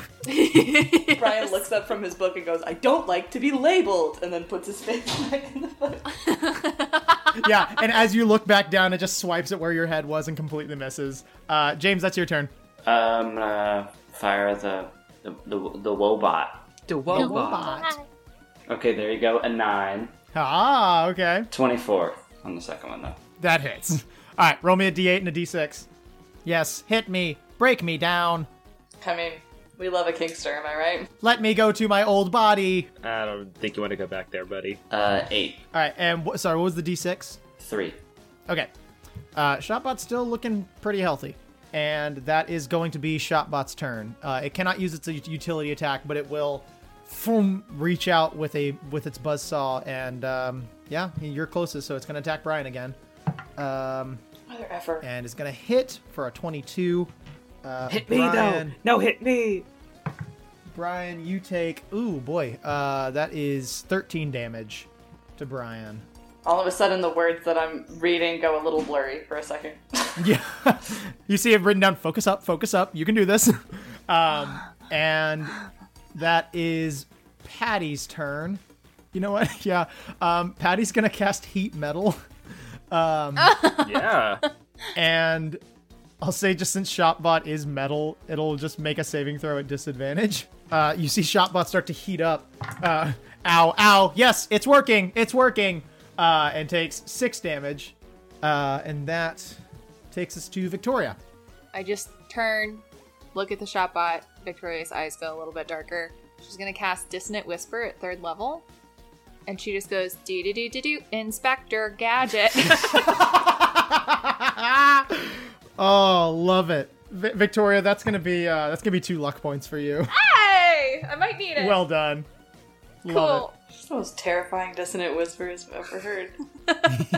Brian looks up from his book and goes, I don't like to be labeled, and then puts his face back in the book.
yeah, and as you look back down, it just swipes at where your head was and completely misses. Uh, James, that's your turn.
I'm gonna Um, uh, fire the the the, the Wobot.
The Wobot.
Okay, there you go. A nine.
Ah, okay.
24 on the second one, though.
That hits. All right, roll me a d8 and a d6. Yes, hit me, break me down,
I mean, we love a Kingster, am I right?
let me go to my old body.
I don't think you want to go back there, buddy.
Uh, 8.
All right, and wh- sorry, what was the d6?
3.
Okay. Uh, Shotbot's still looking pretty healthy. And that is going to be Shotbot's turn. Uh, it cannot use its ut- utility attack, but it will foom, reach out with a with its buzzsaw. And um, yeah, you're closest, so it's going to attack Brian again. Um,
Mother effer.
and it's going to hit for a 22. Uh,
Hit me
Brian,
though. No, hit me.
Brian, you take. Ooh, boy. Uh, that is 13 damage to Brian.
All of a sudden, the words that I'm reading go a little blurry for a second.
Yeah. you see it written down, focus up, focus up, you can do this. um, and that is Patty's turn. You know what? yeah. Um, Patty's going to cast Heat Metal. Um,
Yeah.
and I'll say just since Shotbot is metal, it'll just make a saving throw at disadvantage. Uh, you see Shotbot start to heat up. Uh, ow, ow. Yes, it's working. It's working. Uh, and takes six damage. Uh, and that takes us to Victoria.
I just turn, look at the shot bot. Victoria's eyes go a little bit darker. She's gonna cast Dissonant Whisper at third level, and she just goes do do do do do Inspector Gadget.
oh, love it. Vi Victoria, that's gonna be uh, that's gonna be two luck points for you.
hey, I might need it.
well done. Love it.
cool.
It's the most terrifying dissonant whispers I've ever heard.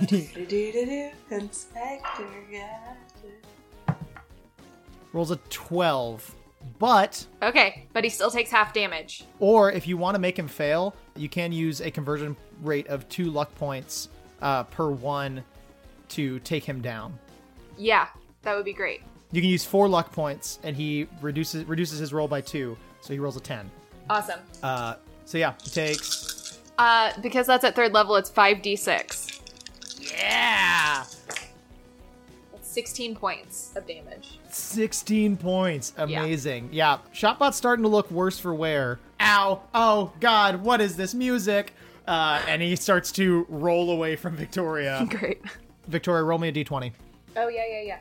Do-do-do-do, Inspector Gadget.
Rolls a twelve, but
Okay, but he still takes half damage.
Or if you want to make him fail, you can use a conversion rate of two luck points uh, per one to take him down.
Yeah, that would be great.
You can use four luck points, and he reduces reduces his roll by two, so he rolls a ten.
Awesome.
Uh, so yeah, he takes
Uh, because that's at third level, it's five d six.
yeah
That's sixteen points of damage.
sixteen points. Amazing. Yeah. Shotbot's starting to look worse for wear. Ow! Oh God! What is this music? Uh, and he starts to roll away from Victoria.
Great.
Victoria, roll me a d20.
Oh yeah, yeah, yeah.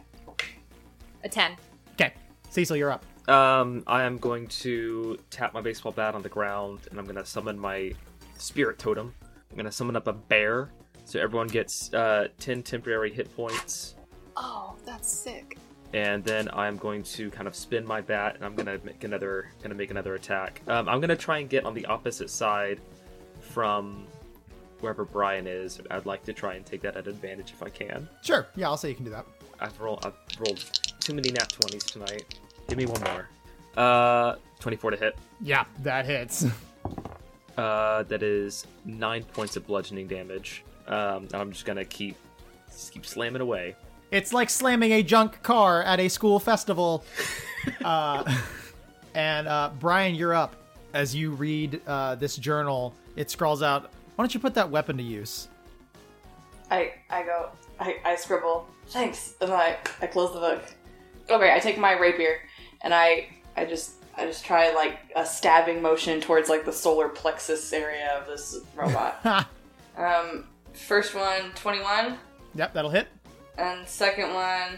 A ten.
Okay, Cecil, you're up.
Um, I am going to tap my baseball bat on the ground, and I'm gonna summon my spirit totem. I'm gonna summon up a bear, so everyone gets uh, ten temporary hit points.
Oh, that's sick.
And then I'm going to kind of spin my bat, and I'm gonna make another, gonna make another attack. Um, I'm gonna try and get on the opposite side from wherever Brian is. I'd like to try and take that at advantage if I can.
Sure. Yeah, I'll say you can do that.
I've rolled, I've rolled too many nat twenties tonight. Give me one more. Uh, twenty-four to hit.
Yeah, that hits.
Uh, that is nine points of bludgeoning damage. Um, and I'm just gonna keep just keep slamming away.
It's like slamming a junk car at a school festival. uh, and uh, Brian, you're up. As you read uh, this journal, it scrawls out. Why don't you put that weapon to use?
I I go I, I scribble thanks and I I close the book. Okay, I take my rapier and I I just I just try like a stabbing motion towards like the solar plexus area of this robot.
Ha!
um, first one 21
Yep, that'll hit.
and second one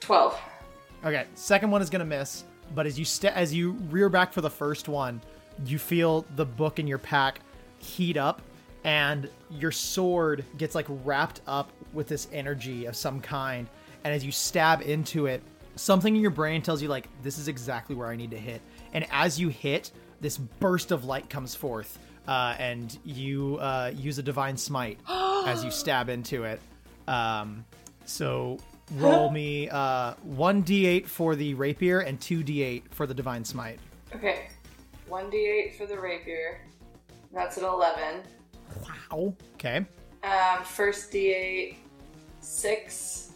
12.
Okay, second one is gonna miss, but as you st- as you rear back for the first one, you feel the book in your pack heat up, and your sword gets like wrapped up with this energy of some kind. And as you stab into it, something in your brain tells you like this is exactly where I need to hit. And as you hit, this burst of light comes forth, uh, and you uh, use a divine smite as you stab into it. Um, so roll me uh, one d8 for the rapier and two d8 for the divine smite.
Okay. 1d8 for the rapier. That's an 11.
Ow. Okay.
Um, first d8, 6.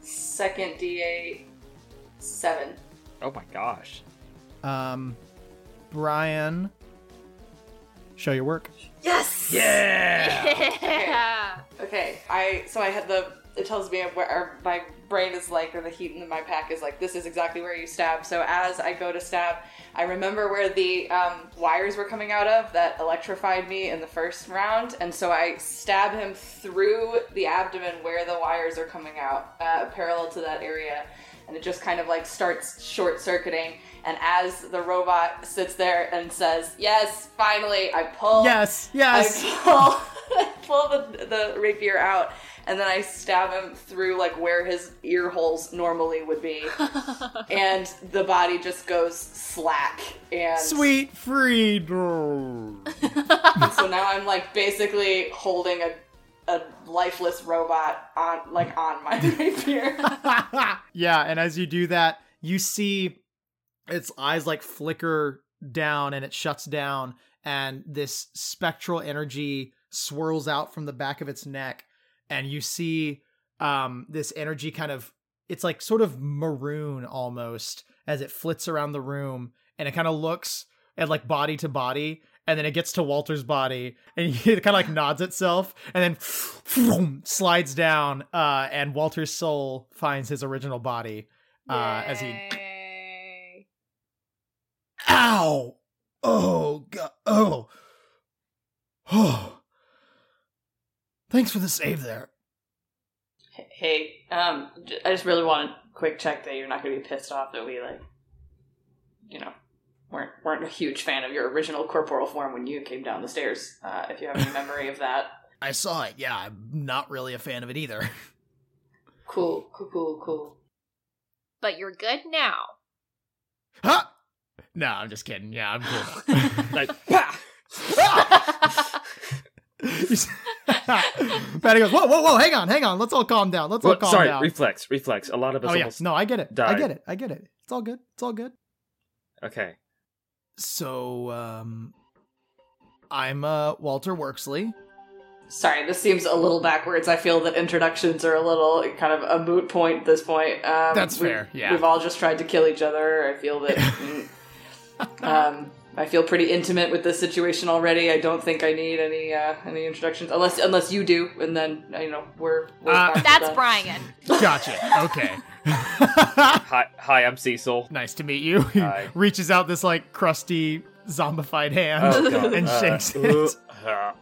Second d8, 7.
Oh my gosh.
Um, Brian, show your work.
Yes!
Yeah.
Uh,
Yeah.
Okay, I so I had the it tells me where or my brain is like or the heat in my pack is like this is exactly where you stab. So as I go to stab, I remember where the um, wires were coming out of that electrified me in the first round, and so I stab him through the abdomen where the wires are coming out, uh, parallel to that area, and it just kind of like starts short circuiting. And as the robot sits there and says, "Yes, finally," I pull.
Yes. Yes.
I pull, I pull the, the rapier out, and then I stab him through like where his ear holes normally would be, and the body just goes slack. And
Sweet freedom.
so now I'm like basically holding a a lifeless robot on like on my rapier.
yeah, and as you do that, you see its eyes like flicker down and it shuts down, and this spectral energy swirls out from the back of its neck, and you see um this energy kind of it's like sort of maroon almost as it flits around the room and it kind of looks at like body to body and then it gets to Walter's body and it kind of like nods itself and then slides down uh, and Walter's soul finds his original body uh, as he
Yay.
ow oh god oh oh thanks for the save there
hey, um, j- I just really want to quick check that you're not going to be pissed off that we like, you know, weren't weren't a huge fan of your original corporal form when you came down the stairs. Uh, if you have any memory of that.
I saw it yeah I'm not really a fan of it either
Cool, cool, cool, cool.
But you're good now.
huh no I'm just kidding yeah I'm cool
Like, pah!
You s- Patty goes whoa whoa whoa hang on hang on let's all calm down let's all
Well,
calm
sorry,
down
reflex, reflex. A lot of us
oh yeah
almost.
no I get it I
died.
get it I get it it's all good it's all good
Okay.
so um I'm uh Walter Worksley
Sorry, this seems a little backwards. I feel that introductions are a little kind of a moot point at this point. Um,
That's
we-
fair, yeah.
we've all just tried to kill each other. I feel that. mm, um, I feel pretty intimate with this situation already. I don't think I need any uh, any introductions, unless unless you do, and then you know we're. we're
Uh,
back to
That's
the-
Brian.
Gotcha. Okay.
Hi, hi. I'm Cecil.
nice to meet you. He
Hi.
reaches out this like crusty zombified hand
Oh, God.
and
Uh,
shakes it.
uh,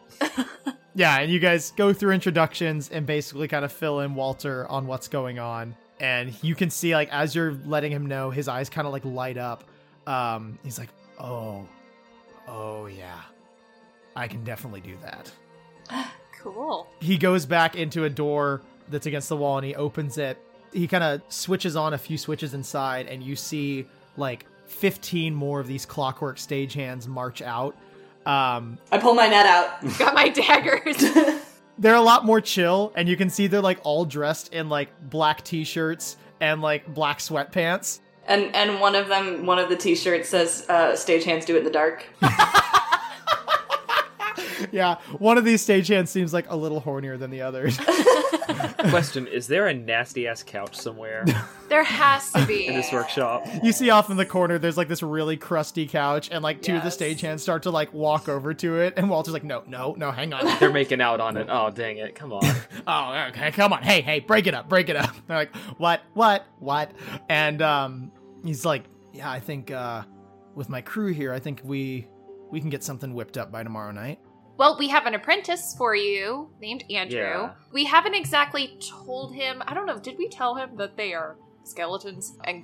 Yeah, and you guys go through introductions and basically kind of fill in Walter on what's going on. And you can see like as you're letting him know, his eyes kind of like light up. Um, he's like, "Oh, oh yeah, I can definitely do that."
Cool.
he goes back into a door that's against the wall and he opens it. He kind of switches on a few switches inside, and you see like 15 more of these clockwork stagehands march out. Um,
I pull my net out.
Got my daggers.
they're a lot more chill, and you can see they're like all dressed in like black t shirts and like black sweatpants.
And and one of them, one of the T-shirts says, uh, "Stagehands do it in the dark."
Yeah, one of these stagehands seems like a little hornier than the others.
uh, question: Is there a nasty ass couch somewhere
there has to be.
in this workshop?
you see off in the corner there's like this really crusty couch and like two of the
Yes.
stagehands start to like walk over to it and walter's like no no no hang on
They're making out on it. Oh dang it! Come on.
oh okay come on hey hey break it up break it up they're like what what what and um he's like yeah i think uh with my crew here i think we we can get something whipped up by tomorrow night
Well, we have an apprentice for you named Andrew.
Yeah.
We haven't exactly told him. I don't know. Did we tell him that they are skeletons and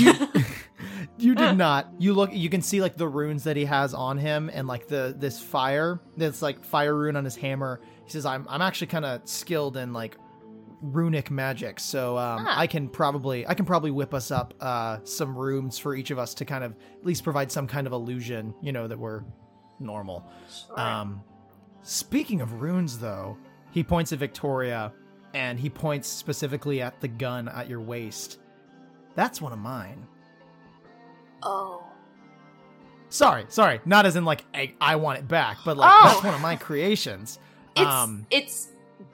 You did not. You look. You can see like the runes that he has on him, and like the this fire. This like fire rune on his hammer. He says, "I'm I'm actually kind of skilled in like runic magic, so um,
Ah.
I can probably I can probably whip us up uh, some runes for each of us to kind of at least provide some kind of illusion, you know, that we're normal." Um, speaking of runes, though, he points at Victoria, and he points specifically at the gun at your waist. That's one of mine.
oh.
Sorry, sorry. Not as in like I, I want it back, but like
Oh.
that's one of my creations.
It's
Um,
it's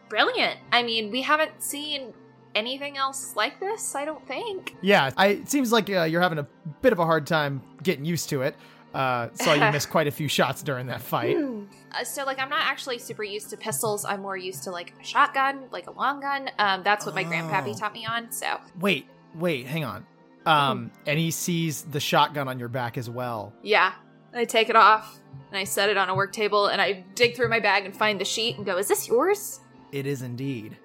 brilliant. I mean, we haven't seen anything else like this, I don't think.
Yeah, I, it seems like uh, you're having a bit of a hard time getting used to it. Uh, saw you miss quite a few shots during that fight.
Uh, so like I'm not actually super used to pistols. I'm more used to like a shotgun, like a long gun. Um, that's what my grandpappy
Oh.
taught me on. So
Wait, wait, hang on. Um, and he sees the shotgun on your back as well.
yeah, I take it off and I set it on a work table and I dig through my bag and find the sheet and go, "Is this yours?" Hmm.
It is indeed.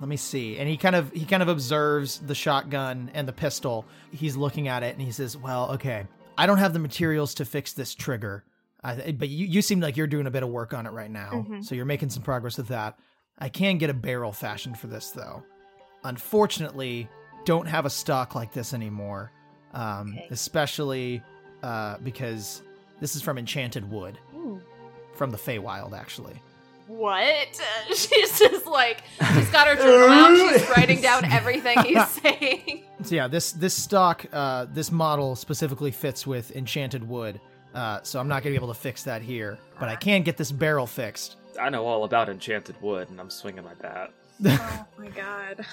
Let me see. And he kind of he kind of observes the shotgun and the pistol. He's looking at it and he says, "Well, okay. I don't have the materials to fix this trigger, I, but you you seem like you're doing a bit of work on it right now,
Mhm.
so you're making some progress with that. I can get a barrel fashioned for this though. Unfortunately, don't have a stock like this anymore, um,
Okay.
especially uh, because this is from enchanted wood
Ooh.
from the Feywild, actually."
What? she's just like she's got her journal out. She's writing down everything he's saying.
So yeah, this this stock, uh, this model specifically fits with enchanted wood. Uh, so I'm not gonna be able to fix that here, but I can get this barrel fixed.
I know all about enchanted wood, and I'm swinging my bat.
oh my god.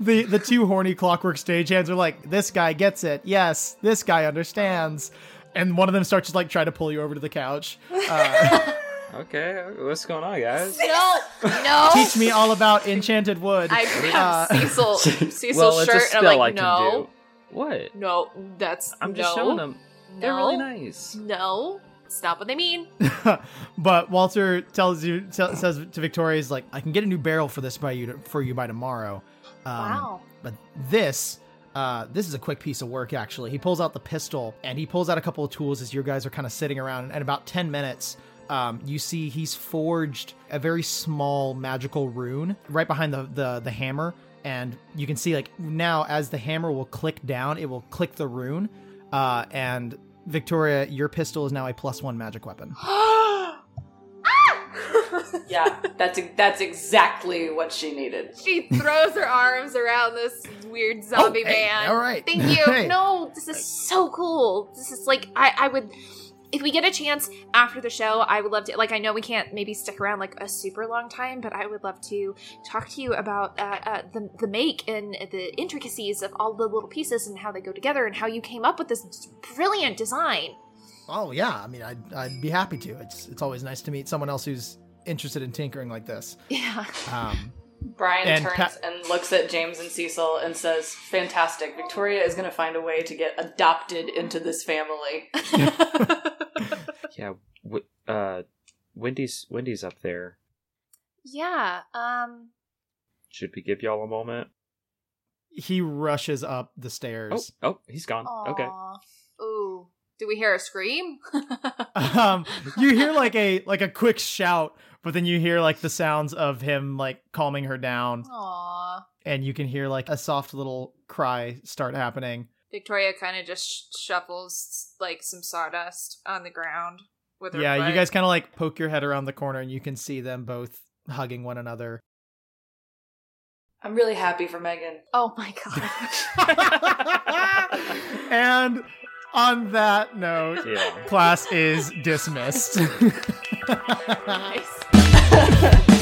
the the two horny clockwork stagehands are like, this guy gets it. Yes, this guy understands. And one of them starts to like try to pull you over to the couch. Uh,
Okay, what's going on, guys?
No, no.
teach me all about enchanted wood.
I grab
Uh,
Cecil Cecil's
well, it's
shirt
a
and
spell
I'm like,
I
no,
can do. What?
no, that's
I'm just
no,
showing them. They're
no,
really nice.
No, it's not what they mean.
Uh, but Walter tells you tell, says to Victoria, he's like, I can get a new barrel for this by you to, for you by tomorrow. Um,
wow.
But this, uh, this is a quick piece of work, actually. He pulls out the pistol and he pulls out a couple of tools as your guys are kind of sitting around. And about 10 minutes, um, you see he's forged a very small magical rune right behind the, the, the hammer. And you can see, like, now as the hammer will click down, it will click the rune. Uh, and Victoria, your pistol is now a plus one magic weapon.
yeah, that's that's exactly what she needed.
She throws her arms around this weird zombie
Oh, hey,
man.
all right.
Thank you.
Hey.
No, this is so cool. This is like I, I would if we get a chance after the show, I would love to like I know we can't maybe stick around like a super long time, but I would love to talk to you about uh, uh, the the make and the intricacies of all the little pieces and how they go together and how you came up with this brilliant design.
Oh, yeah. I mean, I'd, I'd be happy to. It's, it's always nice to meet someone else who's interested in tinkering like this.
Yeah.
Um,
Brian
And
turns
Pat-
and looks at James and Cecil and says, "Fantastic! Victoria is going to find a way to get adopted into this family."
Yeah, w- uh, Wendy's Wendy's up there.
Yeah. Um
Should we give y'all a moment?
he rushes up the
Oh,
stairs.
oh, he's gone. Okay.
aw. Ooh. Do we hear a scream? Oh.
Um, you hear like a like a quick shout, but then you hear like the sounds of him like calming her down,
Aw.
and you can hear like a soft little cry start happening.
Victoria kind of just sh- shuffles like some sawdust on the ground with her.
Yeah, you
foot.
guys kind of like poke your head around the corner, and you can see them both hugging one another.
I'm really happy for Megan.
Oh my god.
and on that note,
Yeah.
class is dismissed.
nice.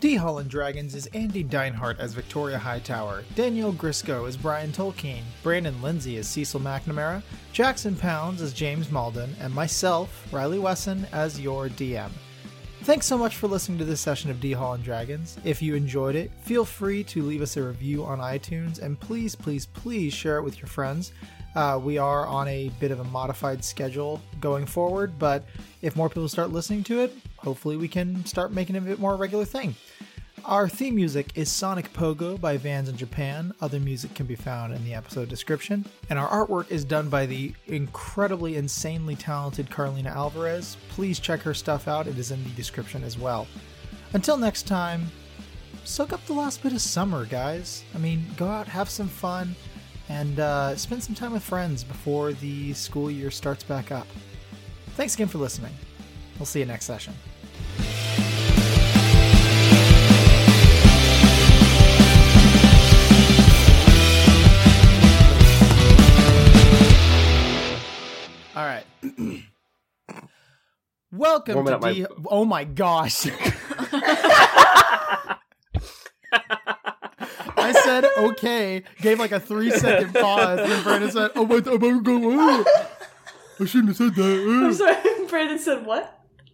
D. Holland Dragons is Andy Deinhardt as Victoria Hightower, Daniel Grisco as Brian Tolkien, Brandon Lindsay as Cecil McNamara, Jackson Pounds as James Malden, and myself, Riley Wesson, as your DM. Thanks so much for listening to this session of D Hall and Dragons. If you enjoyed it, feel free to leave us a review on iTunes and please, please, please share it with your friends. Uh, we are on a bit of a modified schedule going forward, but if more people start listening to it, hopefully we can start making it a bit more regular thing. Our theme music is Sonic Pogo by Vans in Japan. Other music can be found in the episode description. And our artwork is done by the incredibly, insanely talented Carlina Alvarez. Please check her stuff out, it is in the description as well. Until next time, soak up the last bit of summer, guys. I mean, go out, have some fun, and uh, spend some time with friends before the school year starts back up. Thanks again for listening. We'll see you next session. All right. Welcome
Warming
to
up my-
D. Oh my gosh. I said okay, gave like a three second pause, and Brandon said, "Oh, but I'm gonna go. uh, I shouldn't have said
I'm
that."
sorry, Brandon said what?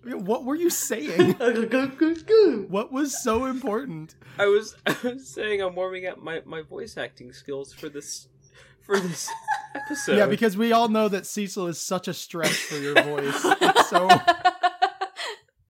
uh." What were you saying?
Good
What was so important?
I was I was saying I'm warming up my, my voice acting skills for this for this episode.
Yeah, because we all know that Cecil is such a stress for your voice. It's so